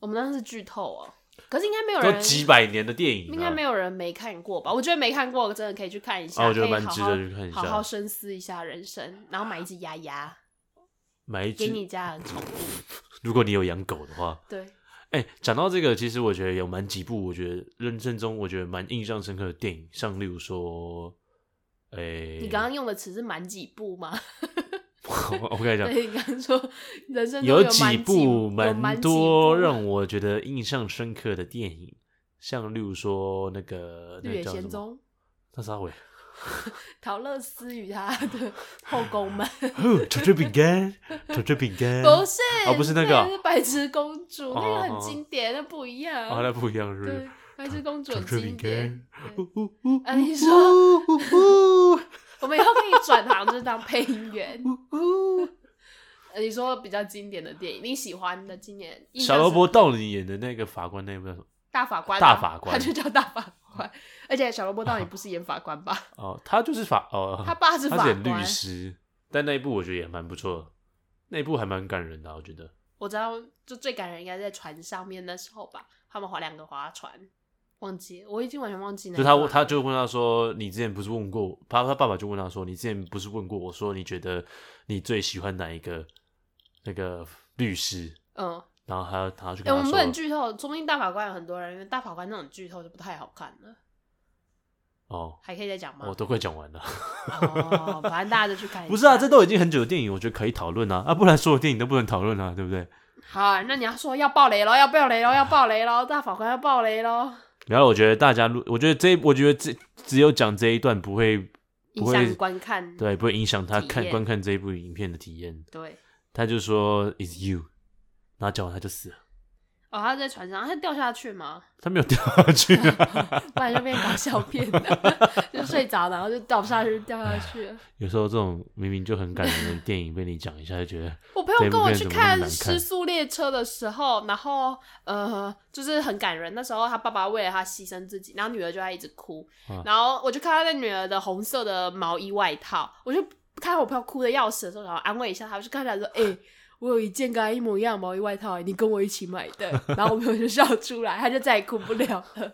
我们当时剧透哦，可是应该没有
都
人
几百年的电影、啊，
应该没有人没看过吧？我觉得没看过真的可以去看一下，
啊我觉得
可以
蛮值得
好好
去看一下
好好深思一下人生，然后买一只鸭鸭
买一
给
只。
你家的宠物。
如果你有养狗的话，
对，
哎、讲到这个，其实我觉得有蛮几部，我觉得人生中我觉得蛮印象深刻的电影，像例如说， 哎、
你刚刚用的词是满几部吗？
我我跟你讲，
对，你刚刚说人生中
有
满
几
部
部
有满
蛮
几
多
部
让我觉得印象深刻的电影，像例如说那个
《
那
绿
个
野
叫什
仙
么？
踪》
那啥 鬼？
陶乐斯与他的后 宫们，
哦，巧克力饼干，巧克力饼干，
不是
哦不是那个
是白痴公主，那
哦
个
哦哦
很经典，那不一样。
哦，那不一样是不
对
是？，
白痴公主
巧
很
克力饼
经典
干。，
对
呜呜呜，
啊你说
呜呜
我们以后可以转行，就是当配音员。
呜呜。
呃你说比较经典的电影，你喜欢的经典？ 印象
小萝
深
卜道尼演的那个法官那部叫什么？
大法官啊、
大法官
他就叫大法官。而且小萝卜到底不是演法官吧？
哦，他就是法哦，
他爸 是
他
法
是演律
官。
师，但那一部我觉得也蛮不错的，那一部还蛮感人的啊，我觉得。
我知道，就最感人应该在船上面那时候吧，他们划两个划船，忘记我已经完全忘记那
就
一
他
段
问
了。
他就问他说：“你之前不是问过我他他爸爸就问他说：你之前不是问过我说你觉得你最喜欢哪一个那个律师
嗯，？”
然后他他去
哎、
跟
我
他
们
说：“
不能剧透，说不定大法官有很多人，因为大法官那种剧透就不太好看了。
哦，
还可以再讲吗？
我都快讲完了。
哦，反正大家就去看一下。
不是啊，这都已经很久的电影，我觉得可以讨论啊啊，不然所有电影都不能讨论啊，对不对？
好啊、那你要说要爆雷喽，要爆雷喽，要爆雷喽，大法官要爆雷喽，
然啊后我觉得大家，如我觉得这我觉得这只有讲这一段不会不
影
会
响观看。
对不会影响他
体
看
验
观看这一部影片的体验。
对
他就说 is you，然后讲完他就死了，
哦，他在船上，他掉下去吗？
他没有掉下去啊。”
不然就变搞笑片 了，就睡着，然后就倒下去，掉下去了。
有时候这种明明就很感人的电影，被你讲一下就觉得，
我朋友跟我去
这
看
部片怎么那么难
《
看
失速列车》的时候，然后呃，就是很感人。那时候他爸爸为了他牺牲自己，然后女儿就在一直哭。
啊
然后我就看他那女儿的红色的毛衣外套，我就看我朋友哭的要死的时候，然后安慰一下他，我就看他 说：“哎、我有一件跟他一模一样的毛衣外套，你跟我一起买 的。”然后我朋友就笑出来，他就再也哭不了了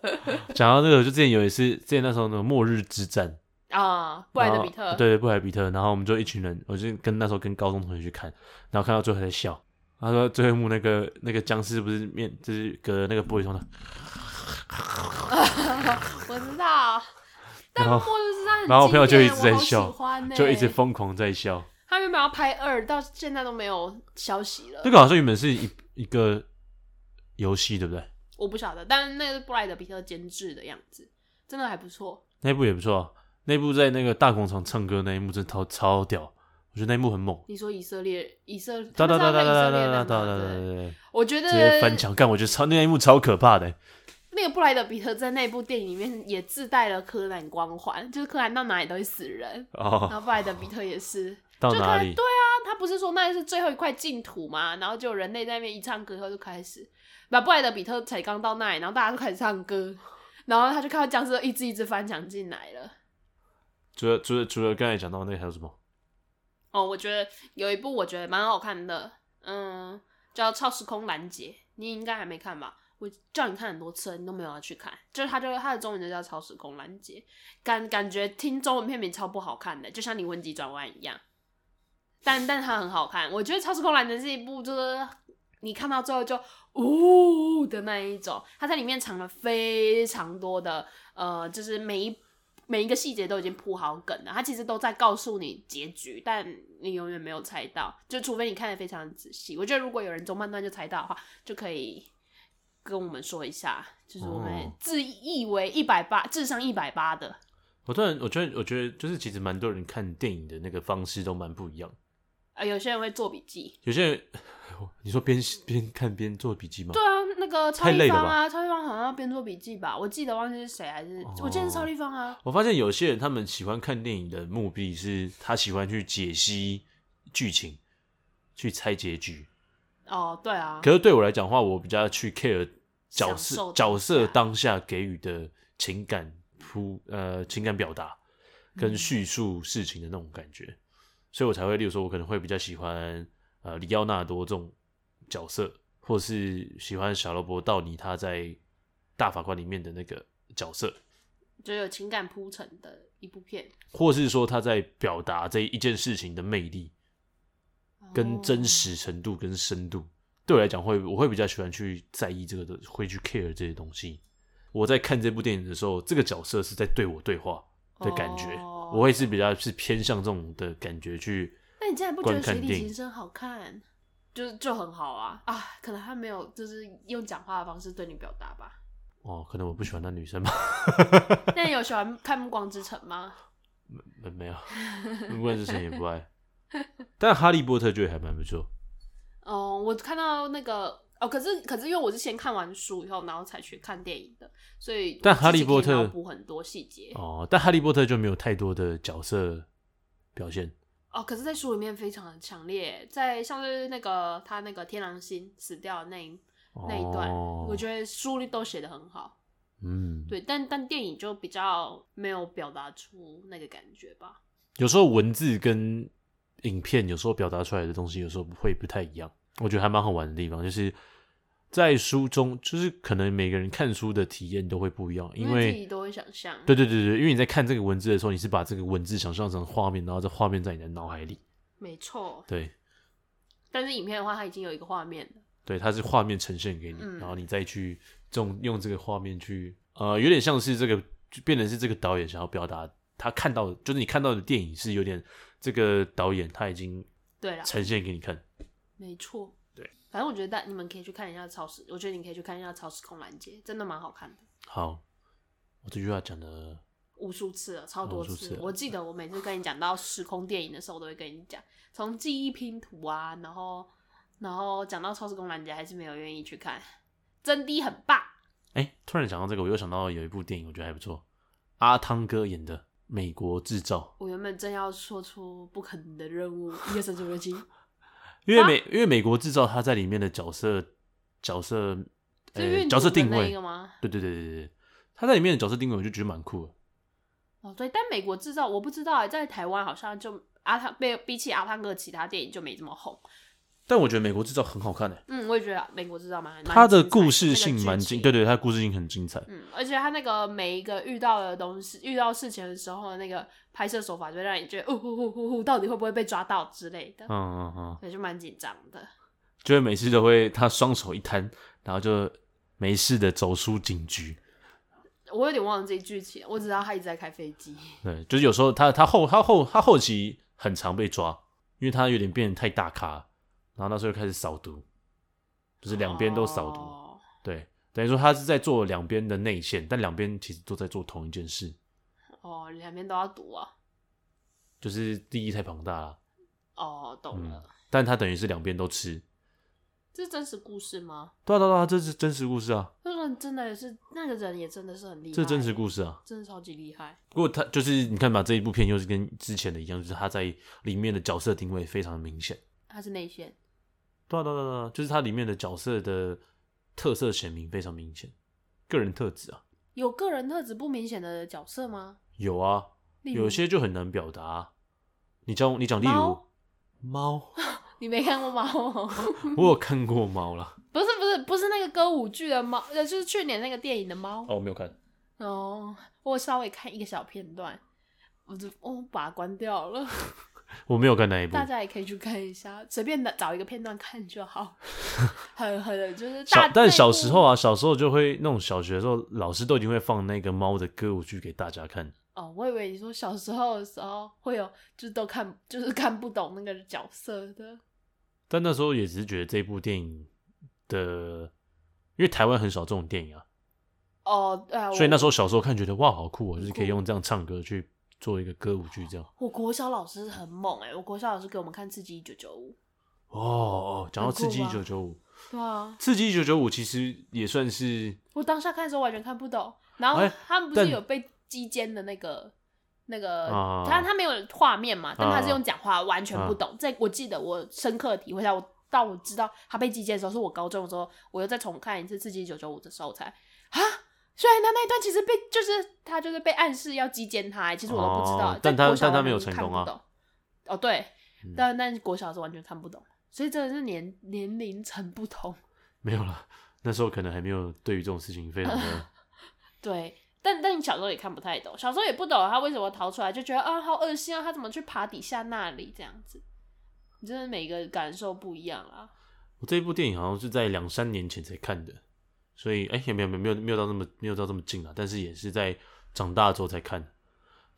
讲到这个，就之前有一次，之前那时候呢，末日之战，
啊！
布
布莱德比特，
对对，布莱德比特，然后我们就一群人，我就跟那时候跟高中同学去看，然后看到最后还在笑。他说最后一幕那个那个僵尸不是面就是隔那个玻璃 窗的，
我知道。但
然后
末日之战很
然后我朋友就
经
一
典
直在
我好喜
笑
欢呢欸
就一直疯狂在笑。
他原本要拍二，到现在都没有消息了
这。个好像原本是一一个游戏，对不对？
我不晓得，但那个是布莱德比特监制的样子，真的还不错。
那一部也不错、啊，那一部在那个大广场唱歌那一幕真的超超屌，我觉得那一幕很猛。
你说以色列，以色
哒
他
哒
们是
哒哒
要跟以
哒哒
色列
哒
人
哒哒
嘛？
哒
对，
哒。
我觉
直接翻
得
墙干，我觉得超那一幕超可怕的。
那个布莱德比特在那部电影里面也自带了柯南光环，就是柯南到哪里都会死人，然
哦，
后布莱德比特也是。
到
就
哪
看
里？
对啊，他不是说那是最后一块净土嘛，然后就人类在那边一唱歌以后就开始，把布莱德比特才刚到那里，然后大家就开始唱 歌，然后他就看到僵尸一只一只翻墙进来了。
除了除了除了刚才讲到那个还有什么？
哦，我觉得有一部我觉得蛮好看的，嗯，叫《超时空拦截》，你应该还没看吧？我叫你看很多次了，你都没有要去看。就是它就它的中文就叫《超时空拦截》，感感觉听中文片名超不好看的，就像《灵魂急转弯》一样。但但它很好看，我觉得《超时空拦截》是一部就是你看到最后就呜的那一种，它在里面藏了非常多的呃，就是每一每一个细节都已经铺好梗了，他其实都在告诉你结局，但你永远没有猜到，就除非你看的非常仔细。我觉得如果有人中半段就猜到的话，就可以跟我们说一下，就是我们
哦
自以为一百八智商一百八的，
我突然我觉得我觉得就是其实蛮多人看电影的那个方式都蛮不一样，
呃，有些人会做笔记。
有些人你说边边看边做笔记吗？
对啊，那个超
太累
立
了
方
吧
啊，超立方好像要边做笔记吧，我记得忘记是谁还是、我记得
哦
是超立方啊。
我发现有些人他们喜欢看电影的目的是他喜欢去解析剧情，去猜结局。
哦，对啊，
可是对我来讲的话，我比较去 care 角色
享受当下
角色当下给予的情感铺呃情感表达跟
嗯
叙述事情的那种感觉，所以我才会，例如说，我可能会比较喜欢呃里奥纳多这种角色，或是喜欢小罗伯道尼他在大法官里面的那个角色，
就有情感铺陈的一部片，
或是说他在表达这一件事情的魅力跟真
实。
实程度跟深度，对我来讲会我会比较喜欢去在意这个的，会去 care 这些东西。我在看这部电影的时候，这个角色是在对我对话的感觉，
哦
我会是比较是偏向这种的感觉去。
那你竟然不觉得《
观看
水底
电影
情深》好看？就是就很好啊啊！可能他没有就是用讲话的方式对你表达吧。
哦，可能我不喜欢那女生吧？
那你有喜欢看《暮光之城》吗？
没 没有，不管是谁也不爱。但哈利波特就还蛮不错，
哦，我看到那个哦，可是可是因为我是先看完书以后，然后才去看电影的，所以
但
自己
哈利波
可以
特
脑补很多细节哦
哦，但哈利波特就没有太多的角色表现。
哦可是，在书里面非常的强烈，在像是那个他那个天狼星死掉的那一那一段，
哦、
我觉得书里都写的很好。
嗯，
对，但但电影就比较没有表达出那个感觉吧。
有时候文字跟影片有时候表达出来的东西，有时候会不太一样。我觉得还蛮好玩的地方，就是在书中，就是可能每个人看书的体验都会不一样，因
为自己
为
都会想象。
对对对对，因为你在看这个文字的时候，你是把这个文字想象成画面，然后这画面在你的脑海里，
没错。
对
但是影片的话，它已经有一个画面了。
对，它是画面呈现给你，
嗯
然后你再去这种用这个画面去，呃，有点像是这个就变成是这个导演想要表达他看到的，就是你看到的电影是有点这个导演他已经
对啦，
呈现给你看。
没错。
对，
反正我觉得大你们可以去看一下《超时》，我觉得你可以去看一下《超时空拦截》，真的蛮好看的，
好，我这句话讲的，
无数次了，超多
哦无数
次。
次了
我记得我每次跟你讲到时空电影的时候，我都会跟你讲，从记忆拼图啊，然后然后讲到《超时空拦截》，还是没有愿意去看。真的很棒，
哎、突然想到这个，我又想到有一部电影，我觉得还不错，阿汤哥演的《美国制造
我原本正要说出不可能的任务，一二三四五 六七。》，
因为
啊
美、因为《美国制造》它在里面的角色角色
就运
呃
毒
角色
的
定
那
位
一个，吗？
对对对对对，他在里面的角色定位我就觉得蛮酷的。
哦，对，但美国制造我不知道欸，在台湾好像就阿汤被比起阿汤哥其他电影就没这么红。
但我觉得《美国制造》很好看诶、
嗯，我也觉得美国制造蛮，蛮
它的
精彩
故事性蛮精，。对
那个剧情
对，它的故事性很精彩。
嗯，而且他那个每一个遇到的东西、遇到事情的时候，那个拍摄手法就会让你觉得，呜哦呼呼呼呼，到底会不会被抓到之类的，
嗯嗯嗯，
所以就蛮紧张的。
就是每次都会他双手一摊，然后就没事的走出警局。
我有点忘记剧情，我只知道他一直在开飞机。
对，就是有时候他他后他后他后期很常被抓，因为他有点变得太大咖，然后那时候就开始扫毒，就是两边都扫毒。
哦
对，等于说他是在做两边的内线，但两边其实都在做同一件事，
哦，两边都要读啊。
就是利益太庞大了。
哦，懂
嗯
了，
但他等于是两边都吃。
这是真实故事吗？
对啊对啊对啊，这是真实故事啊，
那个人真的是，那个人也真的是很厉害，
这是真实
事，
故事啊。
真的超级厉害。
不过他就是你看吧，这一部片又是跟之前的一样，就是他在里面的角色定位非常明显。
他是内线，
对啊对啊对啊，就是它里面的角色的特色显明非常明显，个人特质啊，
有个人特质不明显的角色吗？
有啊，
例如
有些就很难表达啊、你讲你讲，例如
猫
猫，
你没看 过吗？不
我有看过猫啦。
是不是不是那个歌舞剧的猫，呃，就是去年那个电影的猫。
哦，我没有看。
哦，我稍微看一个小片段，我就哦把它关 掉了。
我没有看那一部
大。家也可以去看一下，随便的找一个片段看 就好。很很就是
小
大，
但小时候
啊，
啊，小时候就会那种小学的时候，老师都已经会放那个猫的歌舞剧给大家看。
哦，我以为你说小时候的时候会有，就是都看， 就是看不懂那个角色的。
但那时候也只是觉得这部电影的，因为台湾很少这种电影啊，
哦，对啊，
所以那时
候
候小时候看觉得哇好酷哦，就是可以
酷
用这样唱歌去做一个歌舞剧这样。
我国小老师很猛哎、我国小老师给我们看《刺激一九九五
哦哦，讲到《刺激一
很
九
酷吧》，
九五》，《
对啊，
刺激一九九五》其实也算是
我当下看的时候完全看不懂，然后
哎
他们不
但
是有被击奸的那个。那个
啊，
他他没有画面嘛，但他是用讲话，完全不
啊
懂。这我记得，我深刻地体会到，我到我知道他被击奸的时候，是我高中的时候，我又再重看一次《刺激九九五》的时候才啊。虽然他那一段其实被就是他就是被暗示要击奸他，欸其实我都不知道。
哦但
在
他
国小
但他
完
没有
全
成
看
功
不
啊
懂。哦，对，
嗯
但但是国小是完全看不懂，所以真的是年年龄层不同。
没有了，那时候可能还没有对于这种事情非常 的
对，但但你小时候也看不太懂，小时候也不懂他为什么逃出来，就觉得啊好恶心啊，他怎么去爬底下那里这样子？你真的每个感受不一样啦。
我这一部电影好像是在两三年前才看的，所以哎、也没有没有没有没有到那么没有到这么近啊，但是也是在长大之后才看。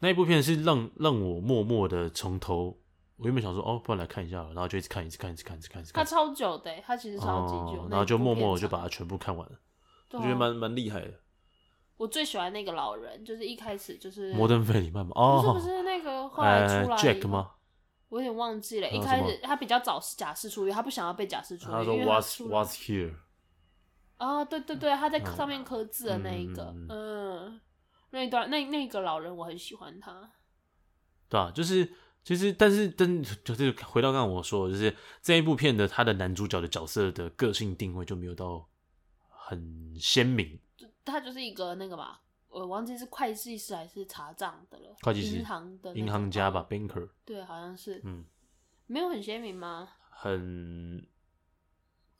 那一部片是让让我默默的从头，我原本想说哦，不然来看一下好了，然后就一直看，一直看，一直看，一直看，一直
他
看，
超久的欸、他其实超级久，
哦，
那
然后
一
就
部
默
片
默的就
长
把它全部看完了，我
对
觉得
啊
蛮蛮厉害的。
我最喜欢那个老人，就是一开始就是
摩登费里曼嘛，
不啊是不
哦，
是那个后来
呃
出来、
，Jack 吗？？
我有点忘记了，
还有
一
什
开
么
始他比较早是假释出狱，他不想要被假释出狱，
他说
因为他
Was
出来
Was here，
啊，对对对，他在
嗯
上面刻字的那一个，
嗯嗯
嗯，那一段那那个老人我很喜欢他，
对啊，就是其实，但是，但就是回到刚刚我说的，就是这一部片的他的男主角的角色的个性定位就没有到很鲜明。
他就是一个那个吧，我忘记是会计师还是查账的了，
会计师
银行的那
银
种
行家吧，，banker，
对，好像是，
嗯，
没有很鲜明吗？
很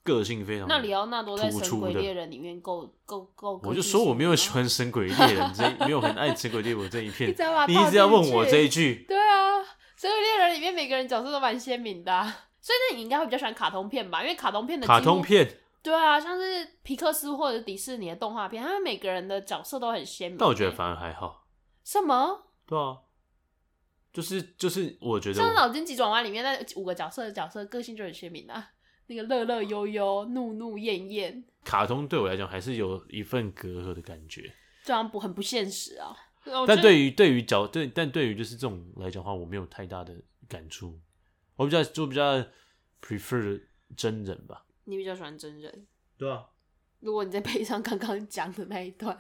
个性非常。
那里奥纳多在
突
《神
出
鬼
的
猎人》里面够够够，够
我就
具
说我
性
没有
吗
喜，欢《神鬼猎人》这 一没有很爱《神鬼猎人》这一片
一直要把，它
你
套
一直要
进
问我
去
这一句，
对啊，《神鬼猎人》里面每个人角色都蛮鲜明的啊、所以那你应该会比较喜欢卡通片吧，因为卡通片的
卡
几
通
乎
片，
对啊，像是皮克斯或者迪士尼的动画片，他们每个人的角色都很鲜明欸。
但我觉得反而还好，
什么？
对啊，就是就是我觉得
像《
我
脑筋急转弯》里面那五个角色的角色个性就很鲜明啊，那个乐乐悠悠、怒怒艳艳，
卡通对我来讲还是有一份隔阂的感觉。
这样不很不现实啊。我觉
但
得
对于对于角对，但对于就是这种来讲的话，我没有太大的感触。我比较就比较 prefer 真人吧。
你比较喜欢真人，
对啊，
如果你再配上刚刚讲的那一段，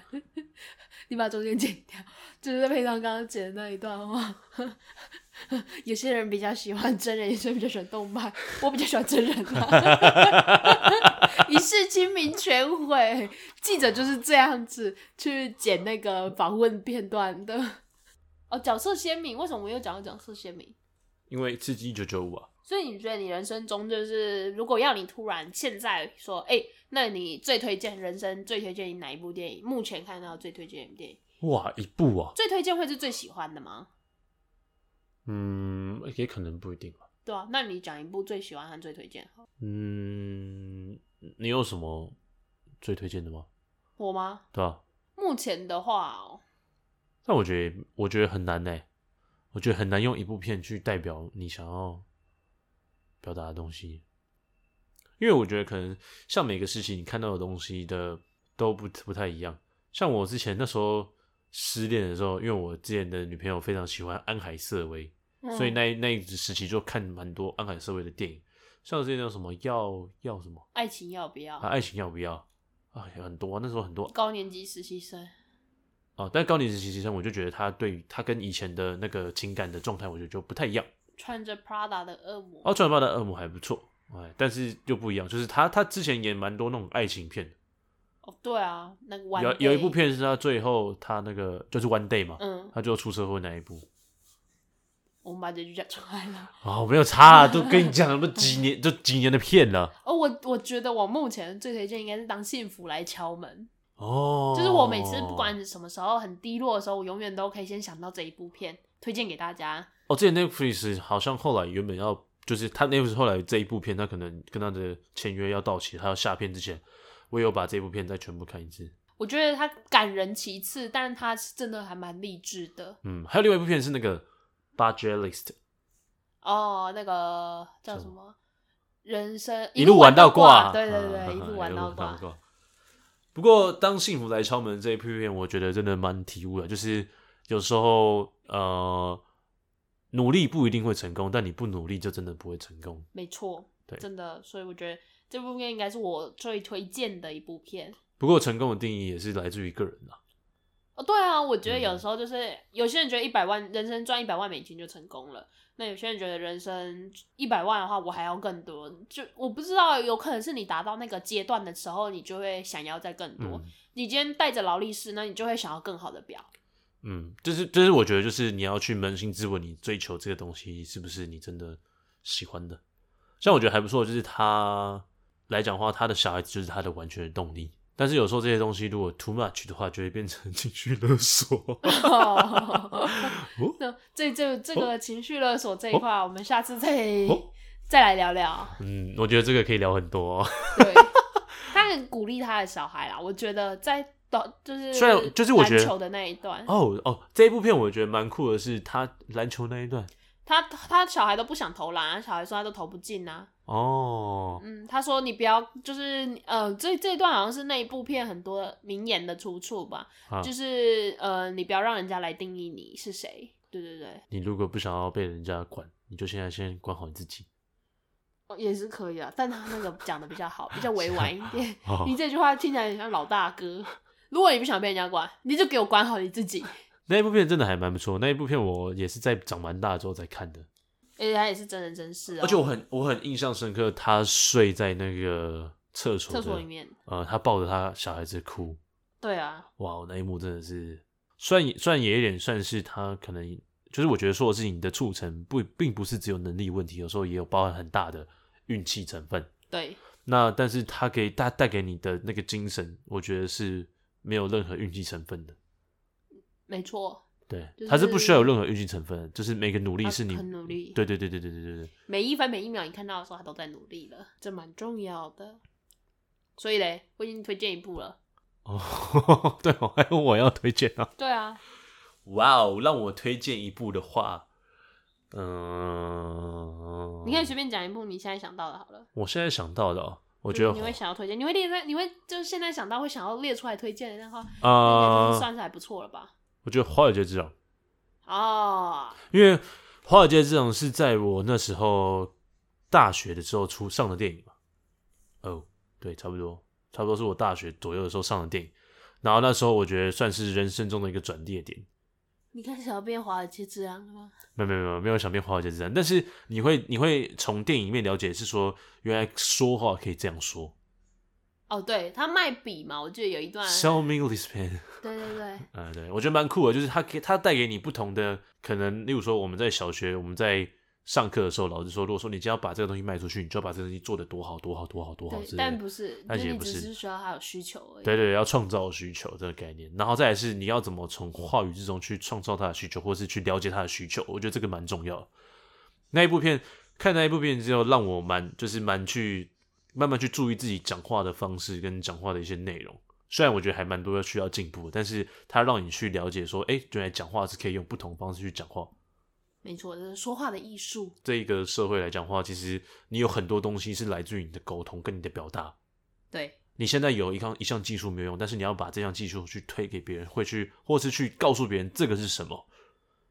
你把中间剪掉，就是再配上刚刚剪的那一段的话， 有些人比较喜欢真人，有些人比较喜欢动漫，我比较喜欢真人啊。 一世清明全毁，记者就是这样子去剪那个访问片段的。哦，角色鲜明，为什么我又讲到角色鲜明？
因为刺激一九九五啊，
所以你觉得你人生中就是，如果要你突然现在说，哎、那你最推荐人生最推荐你哪一部电影？目前看到最推荐的电影，
哇，一部啊，
最推荐会是最喜欢的吗？
嗯，也可能不一定吧。
对啊，那你讲一部最喜欢和最推荐好，
嗯，你有什么最推荐的吗？
我吗？
对啊，
目前的话、哦，
但我觉得我觉得很难呢、欸我觉得很难用一部片去代表你想要表达的东西，因为我觉得可能像每个事情你看到的东西的都不不太一样。像我之前那时候失恋的时候，因为我之前的女朋友非常喜欢安海瑟薇，
嗯
所以那一那一时期就看蛮多安海瑟薇的电影，像之前那种什么要要什么
爱情要不要？
啊，爱情要不要啊，有很多啊、那时候很多
高年级实习生，
哦，但高年级实习生，我就觉得他对于他跟以前的那个情感的状态，我觉得就不太一样。
穿着 Prada 的恶魔，
哦，转发的恶魔还不错，哎，但是又不一样，就是他他之前也蛮多那种爱情片的，
哦，对啊，那个 One
有有一部
Day，
片是他最后他那个就是 One Day 嘛，
嗯，
他就出车祸那一部。
我们把这句讲出来了。
哦，没有差、啊，都跟你讲了，都几年，都几年的片了。
哦，我我觉得我目前最推荐应该是《当幸福来敲门》。
哦，
就是我每次不管什么时候很低落的时候，我永远都可以先想到这一部片，推荐给大家。
哦，之前 Netflix 好像后来原本要，就是他 Netflix 后来这一部片，他可能跟他的签约要到期，他要下片之前，我也有把这部片再全部看一次。
我觉得它感人其次，但是它是真的还蛮励志的
嗯，还有另外一部片是那个《Budget List》，
哦。那个叫什么？人生
一路玩到挂，
挂，对对对，
嗯
一路玩到挂。。
不过，当幸福来敲门这一部片，我觉得真的蛮体悟的，就是有时候呃，努力不一定会成功，但你不努力就真的不会成功。
没错，
对
真的，所以我觉得这部片应该是我最推荐的一部片。
不过，成功的定义也是来自于个人啊。
哦，对啊，我觉得
嗯
有时候就是、有些人觉得一百万人生赚一百万美金就成功了，那有些人觉得人生一百万的话，我还要更多。就我不知道，有可能是你达到那个阶段的时候，你就会想要再更多。
嗯
你今天带着劳力士，那你就会想要更好 的表。
嗯，就是就是，我觉得就是你要去扪心自问，你追求这个东西是不是你真的喜欢的？像我觉得还不错，就是他来讲话，他的小孩子就是他的完全的动力。但是有时候这些东西如果 too much 的话，就会变成情绪勒索。 哦
那这这这个情绪勒索这一块，我们下次再、
哦
再来聊聊。
嗯，我觉得这个可以聊很多、哦。
对，他很鼓励他的小孩啦。我觉得在短就是
虽然就是我觉得
篮球的那一段，
哦哦，这一部片我觉得蛮酷的是，他篮球那一段
他他小孩都不想投篮啊，小孩说他都投不进啊。
哦，
嗯，他说你不要就是呃，这这一段好像是那一部片很多名言的出处吧，
啊
就是呃，你不要让人家来定义你是谁。对对对，
你如果不想要被人家管，你就现在先管好你自
嗯
己。
哦也是可以啊，但他那个讲的比较好，比较委婉一点。
哦
你这句话听起来很像老大哥。如果你不想被人家管，你就给我管好你自己。
那一部片真的还蛮不错，那一部片我也是在长蛮大之后才看的，
而且他也是真人真事哦，
而且我很我很印象深刻，他睡在那个厕所
厕
的
所里，面，
呃，他抱着他小孩子哭，
对啊，
哇，那一幕真的是，虽然也虽然也有点算是他可能就是我觉得说的是你的促成不并不是只有能力问题，有时候也有包含很大的运气成分。
对，
那但是他给他带给你的那个精神，我觉得是没有任何运气成分的。
没错，
对，
就是
它是不需要有任何运气成分的，就是每个努力
他
是你
很努力
对对对对对对对对。
每一分每一秒你看到的时候，他都在努力了，这蛮重要的。所以嘞，我已经推荐一部了。
哦， 对哦，还有我要推荐啊！
对啊，
哇哦，让我推荐一部的话，嗯、
你可以随便讲一部你现在想到的好了。
我现在想到的、哦，我
我
觉得
你会想要推荐，你会列出来，你会就是现在想到会想要列出来推荐的那话，那应该就
啊、
是算是还不错了吧？
我觉得《华尔街之狼》，
哦，
因为《华尔街之狼》是在我那时候大学的时候出上的电影嘛。哦，对，差不多，差不多是我大学左右的时候上的电影。然后那时候我觉得算是人生中的一个转捩点。
你开始要变华尔街之狼了吗？
没有没有没有没有想变华尔街之狼，但是你会你会从电影里面了解是说，原来说话可以这样说。
哦，对他卖笔嘛，我记得有一段，
Show me this pen。
对对 对，
啊，对，我觉得蛮酷的，就是它给它带给你不同的可能，例如说我们在小学我们在上课的时候，老师说，如果说你只要把这个东西卖出去，你就要把这个东西做得多好多好多好多好之
对，
类
但
的。
不是，
但
就
也
你
不
只
是
是需要他有需求而已。
对对，要创造需求这个概念，然后再来是你要怎么从话语之中去创造他的需求，或是去了解他的需求，我觉得这个蛮重要的。那一部片看那一部片之后，让我蛮就是蛮去慢慢去注意自己讲话的方式跟讲话的一些内容。虽然我觉得还蛮多需要进步的，但是它让你去了解说，哎、原来讲话是可以用不同方式去讲话。
没错，这是说话的艺术。
这一个社会来讲话，其实你有很多东西是来自于你的沟通跟你的表达。
对，
你现在有一项一项技术没有用，但是你要把这项技术去推给别人，会去或是去告诉别人这个是什么。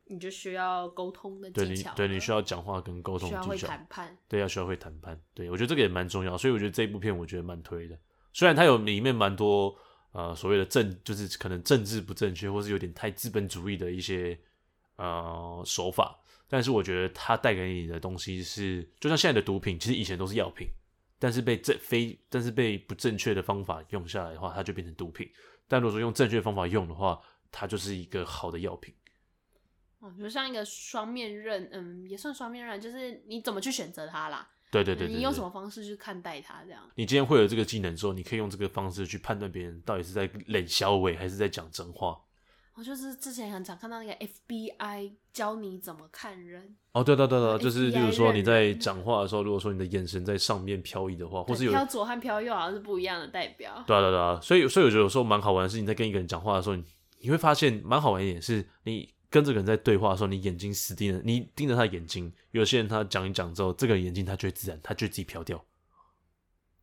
你就需要沟通的
对
技
你
巧了，
对你需要讲话跟沟通
需要
技
会
巧，
谈判。
对要需要会谈判。对我觉得这个也蛮重要，所以我觉得这一部片我觉得蛮推的。虽然它有里面蛮多呃所谓的政，就是可能政治不正确，或是有点太资本主义的一些呃手法，但是我觉得它带给你的东西是，就像现在的毒品，其实以前都是药品，但是被正非但是被不正确的方法用下来的话，它就变成毒品。但如果说用正确的方法用的话，它就是一个好的药品。
哦，就像一个双面刃，嗯，也算双面刃，就是你怎么去选择它啦，嗯
对对对对
你用
对
什么方式去看待它，这样
你今天会有这个技能之后，你可以用这个方式去判断别人到底是在冷笑话还是在讲真话。
啊、我就是之前很常看到那个 FBI 教你怎么看人，
哦，对对对对，就是，
FBI
例如说你在
认人
讲话的时候，如果说你的眼神在上面飘移的话，或是有，
飘左和飘右好像是不一样的代表。
对啊对啊对啊，所以所以我觉得有时候蛮好玩的是，你在跟一个人讲话的时候，你你会发现蛮好玩一点是，你跟这个人在对话的时候，你眼睛死盯着，你盯着他的眼睛。有些人他讲一讲之后，这个眼睛他就会自然，他就会自己飘掉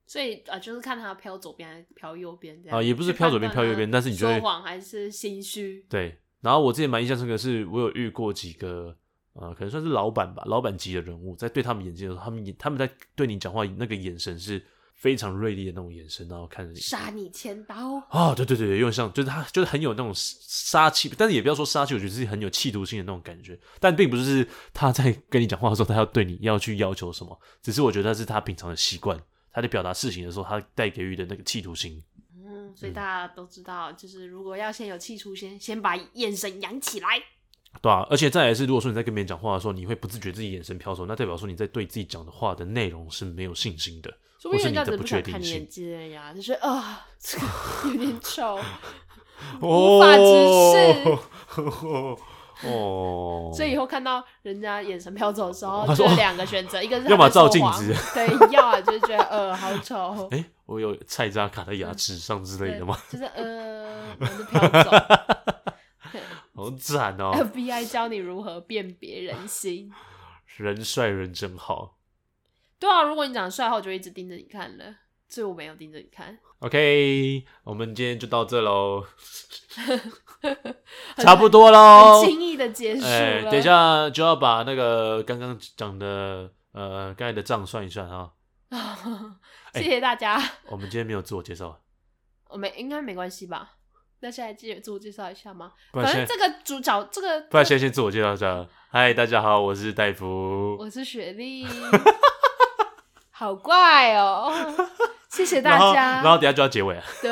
所以啊、呃就是看他飘左边还是飘右边这样
啊，也不是飘左边
去
飘
判断
右边，但是
他
你就会
说谎还是心虚，
对，然后我之前蛮印象深刻的是，我有遇过几个呃，可能算是老板吧，老板级的人物，在对他们眼睛的时候，他们眼他们在对你讲话那个眼神是非常锐利的那种眼神，然后看着你。
杀你千刀。
啊、对对对，有点像，就是他就是很有那种杀气，但是也不要说杀气，我觉得是很有企图心的那种感觉，但并不是他在跟你讲话的时候，他要对你要去要求什么，只是我觉得那是他平常的习惯，他在表达事情的时候，他带给予的那个企图心。
嗯，所以大家都知道，就是如果要先有气出先先把眼神扬起来。
对啊，而且再来是，如果说你在跟别人讲话的时候，你会不自觉自己眼神飘走，那代表说你在对自己讲的话的内容是没有信心的，
说
或
不定
是
人
你
家只
的
是
不
不
确
想
定
看你
性
眼。睛而已啊，就是啊，这个 有点丑。
哦
无法直
哦，哦
所以以后看到人家眼神飘走的时候，
他
就
说
有两个选择，一个是他
要么
在说
照镜
谎
子，
对，要啊，就是觉得呃好丑，
哎、我有菜渣卡在牙齿上之类的吗？
嗯对就是呃，我就飘走。
好惨 哦，
FBI 教你如何辨别人心。
人帅人真好。
对啊，如果你长得帅的话，我就一直盯着你看了。所以我没有盯着你看，
OK，我们今天就到这 喽，差不多喽
很。轻易的结束了。
哦哎、等一，下就要把那个刚刚讲的呃刚才的账算一算啊。 哎
谢谢大家。
我们今天没有自我介绍。
我没应该没关系吧？那现在记得自我介绍一下吗？
不然
反正
先
这个主角，这个
不然先先自我介绍一下。嗨，大家好，我是戴夫。
我是雪莉，好怪哦！谢谢大
然后，
家。
然后等一下就要结尾了。
对，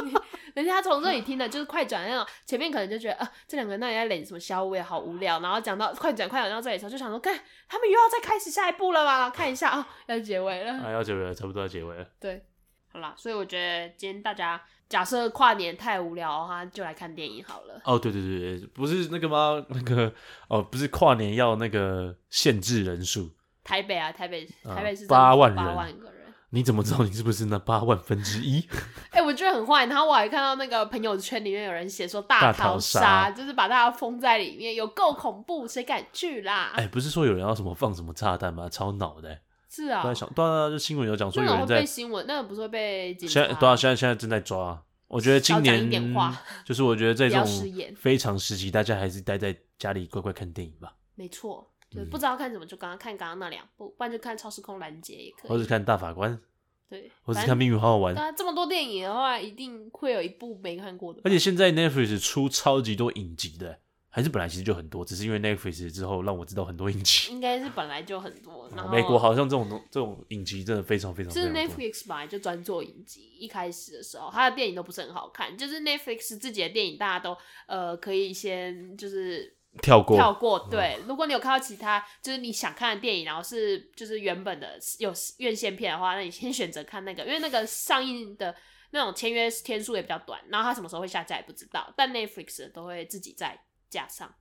人家从这里听的就是快转那种，前面可能就觉得啊，这两个人到底在冷什么消味，好无聊。然后讲到快转快转到这里的时候，就想说，看他们又要再开始下一步了吧？然后看一下啊、要结尾了。
啊，要结尾了，差不多要结尾了。
对，好啦，所以我觉得今天大家假设跨年太无聊的话，就来看电影好了。
哦，对对对对，不是那个吗？那个哦，不是跨年要那个限制人数，
台北啊，台北，
啊
台北是
八万
八
人
万个人。
你怎么
嗯
知道你是不是那八万分之一？
哎、我觉得很坏。然后我还看到那个朋友圈里面有人写说
大
大
逃
逃
杀
杀，就是把大家封在里面，有够恐怖，谁敢去啦？
哎，不是说有人要什么放什么炸弹吗？超脑的、欸。
是啊
突，然想，对啊，就新闻有讲说有
那种
人
会
在
被新闻，那个不是会被警
现
察
在，对啊，现在现在正在抓、啊。我觉得今
少讲一点
年
话
就是我觉得在这
不要食
种
言
非常时期，大家还是待在家里乖乖看电影吧，
没错，就是
嗯
不知道看什么就刚刚看刚刚那两部，不然就看《超时空拦截》也可
或
以。
是看大法官，
对，
或是
反啊
看
正
命运好好玩。
大家这么多电影的话，一定会有一部没看过的吧。
而且现在 Netflix 出超级多影集的，还是本来其实就很多，只是因为 Netflix 之后让我知道很多影集。
应该是本来就很多，然后
哦美国好像这种东这种影集真的非常非常
哦就
非常
是
多。
Netflix 本来就专做影集，一开始的时候，他的电影都不是很好看。就是 Netflix 自己的电影，大家都呃可以先就是
跳过嗯
跳过。对，如果你有看到其他就是你想看的电影，然后是就是原本的有院线片的话，那你先选择看那个，因为那个上映的那种签约天数也比较短，然后它什么时候会下架也不知道。但 Netflix 的都会自己再加上。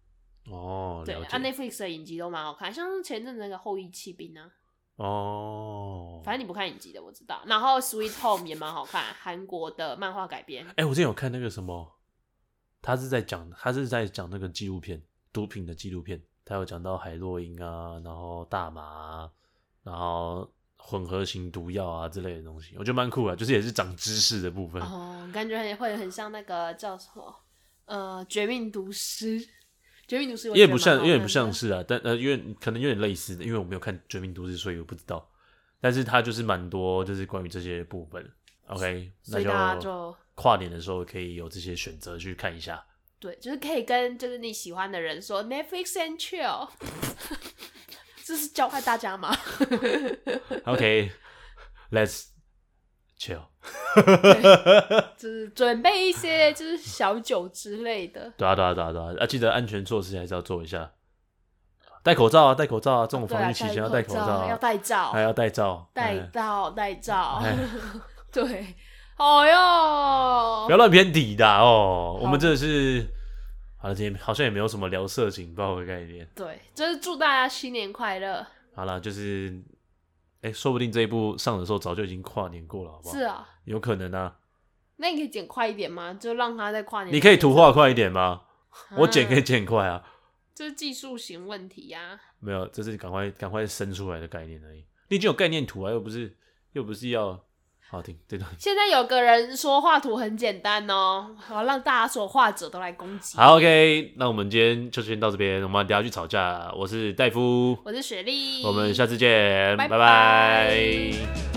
哦，
对，
了
啊
解
，Netflix 的影集都蛮好看，像前阵子那个《后裔弃兵》啊。
哦。
反正你不看影集的，我知道。然后《Sweet Home》也蛮好看，韩国的漫画改编。
哎、我之前有看那个什么，他是在讲他是在讲那个纪录片，毒品的纪录片，他有讲到海洛因啊，然后大麻、啊，然后混合型毒药啊之类的东西，我觉得蛮酷的，啊就是也是长知识的部分。
哦，感觉很会很像那个叫什么，呃，《绝命毒师》。《绝命毒师》我
有点
觉
不
得
像，
蛮好
有
看的
点不像。是啊，但呃，因为可能有点类似的，因为我没有看《绝命毒师》，所以我不知道。但是它就是蛮多，就是关于这些部分。OK，
所
那
以大家就
跨年的时候可以有这些选择去看一下。
对，就是可以跟就是你喜欢的人说 Netflix and chill，这是教坏大家吗？
OK，Let's、chill。
就是准备一些就是小酒之类的。
对啊，对啊，对啊，对啊，啊，记得安全措施还是要做一下，戴口罩啊，戴口罩啊，这种
对
防
啊，
疫期间要
戴
戴口罩啊，
要戴罩，
还要戴罩，
戴
哎
到戴罩
哎。
对，哦哟，
不要乱偏题的啊哦。
好
我们真的是好了，今天好像也没有什么聊色警报的概念。
对，就是祝大家新年快乐。
好了，就是，哎、说不定这一部上的时候早就已经跨年过了，好不好？
是啊，
有可能啊。
那你可以剪快一点吗？就让他在跨年。
你可以图画，快一点吗？我剪可以
哎啊，
剪快啊。
这是技术型问题呀、
没有，这是赶快赶快生出来的概念而已。你已经有概念图啊，又不是又不是要好听这段。
现在有个人说画图很简单哦，好让大家所有画者都来攻击。
好，OK，那我们今天就先到这边，我们等一下去吵架。我是戴夫，
我是雪莉，
我们下次见，
拜
拜
拜
拜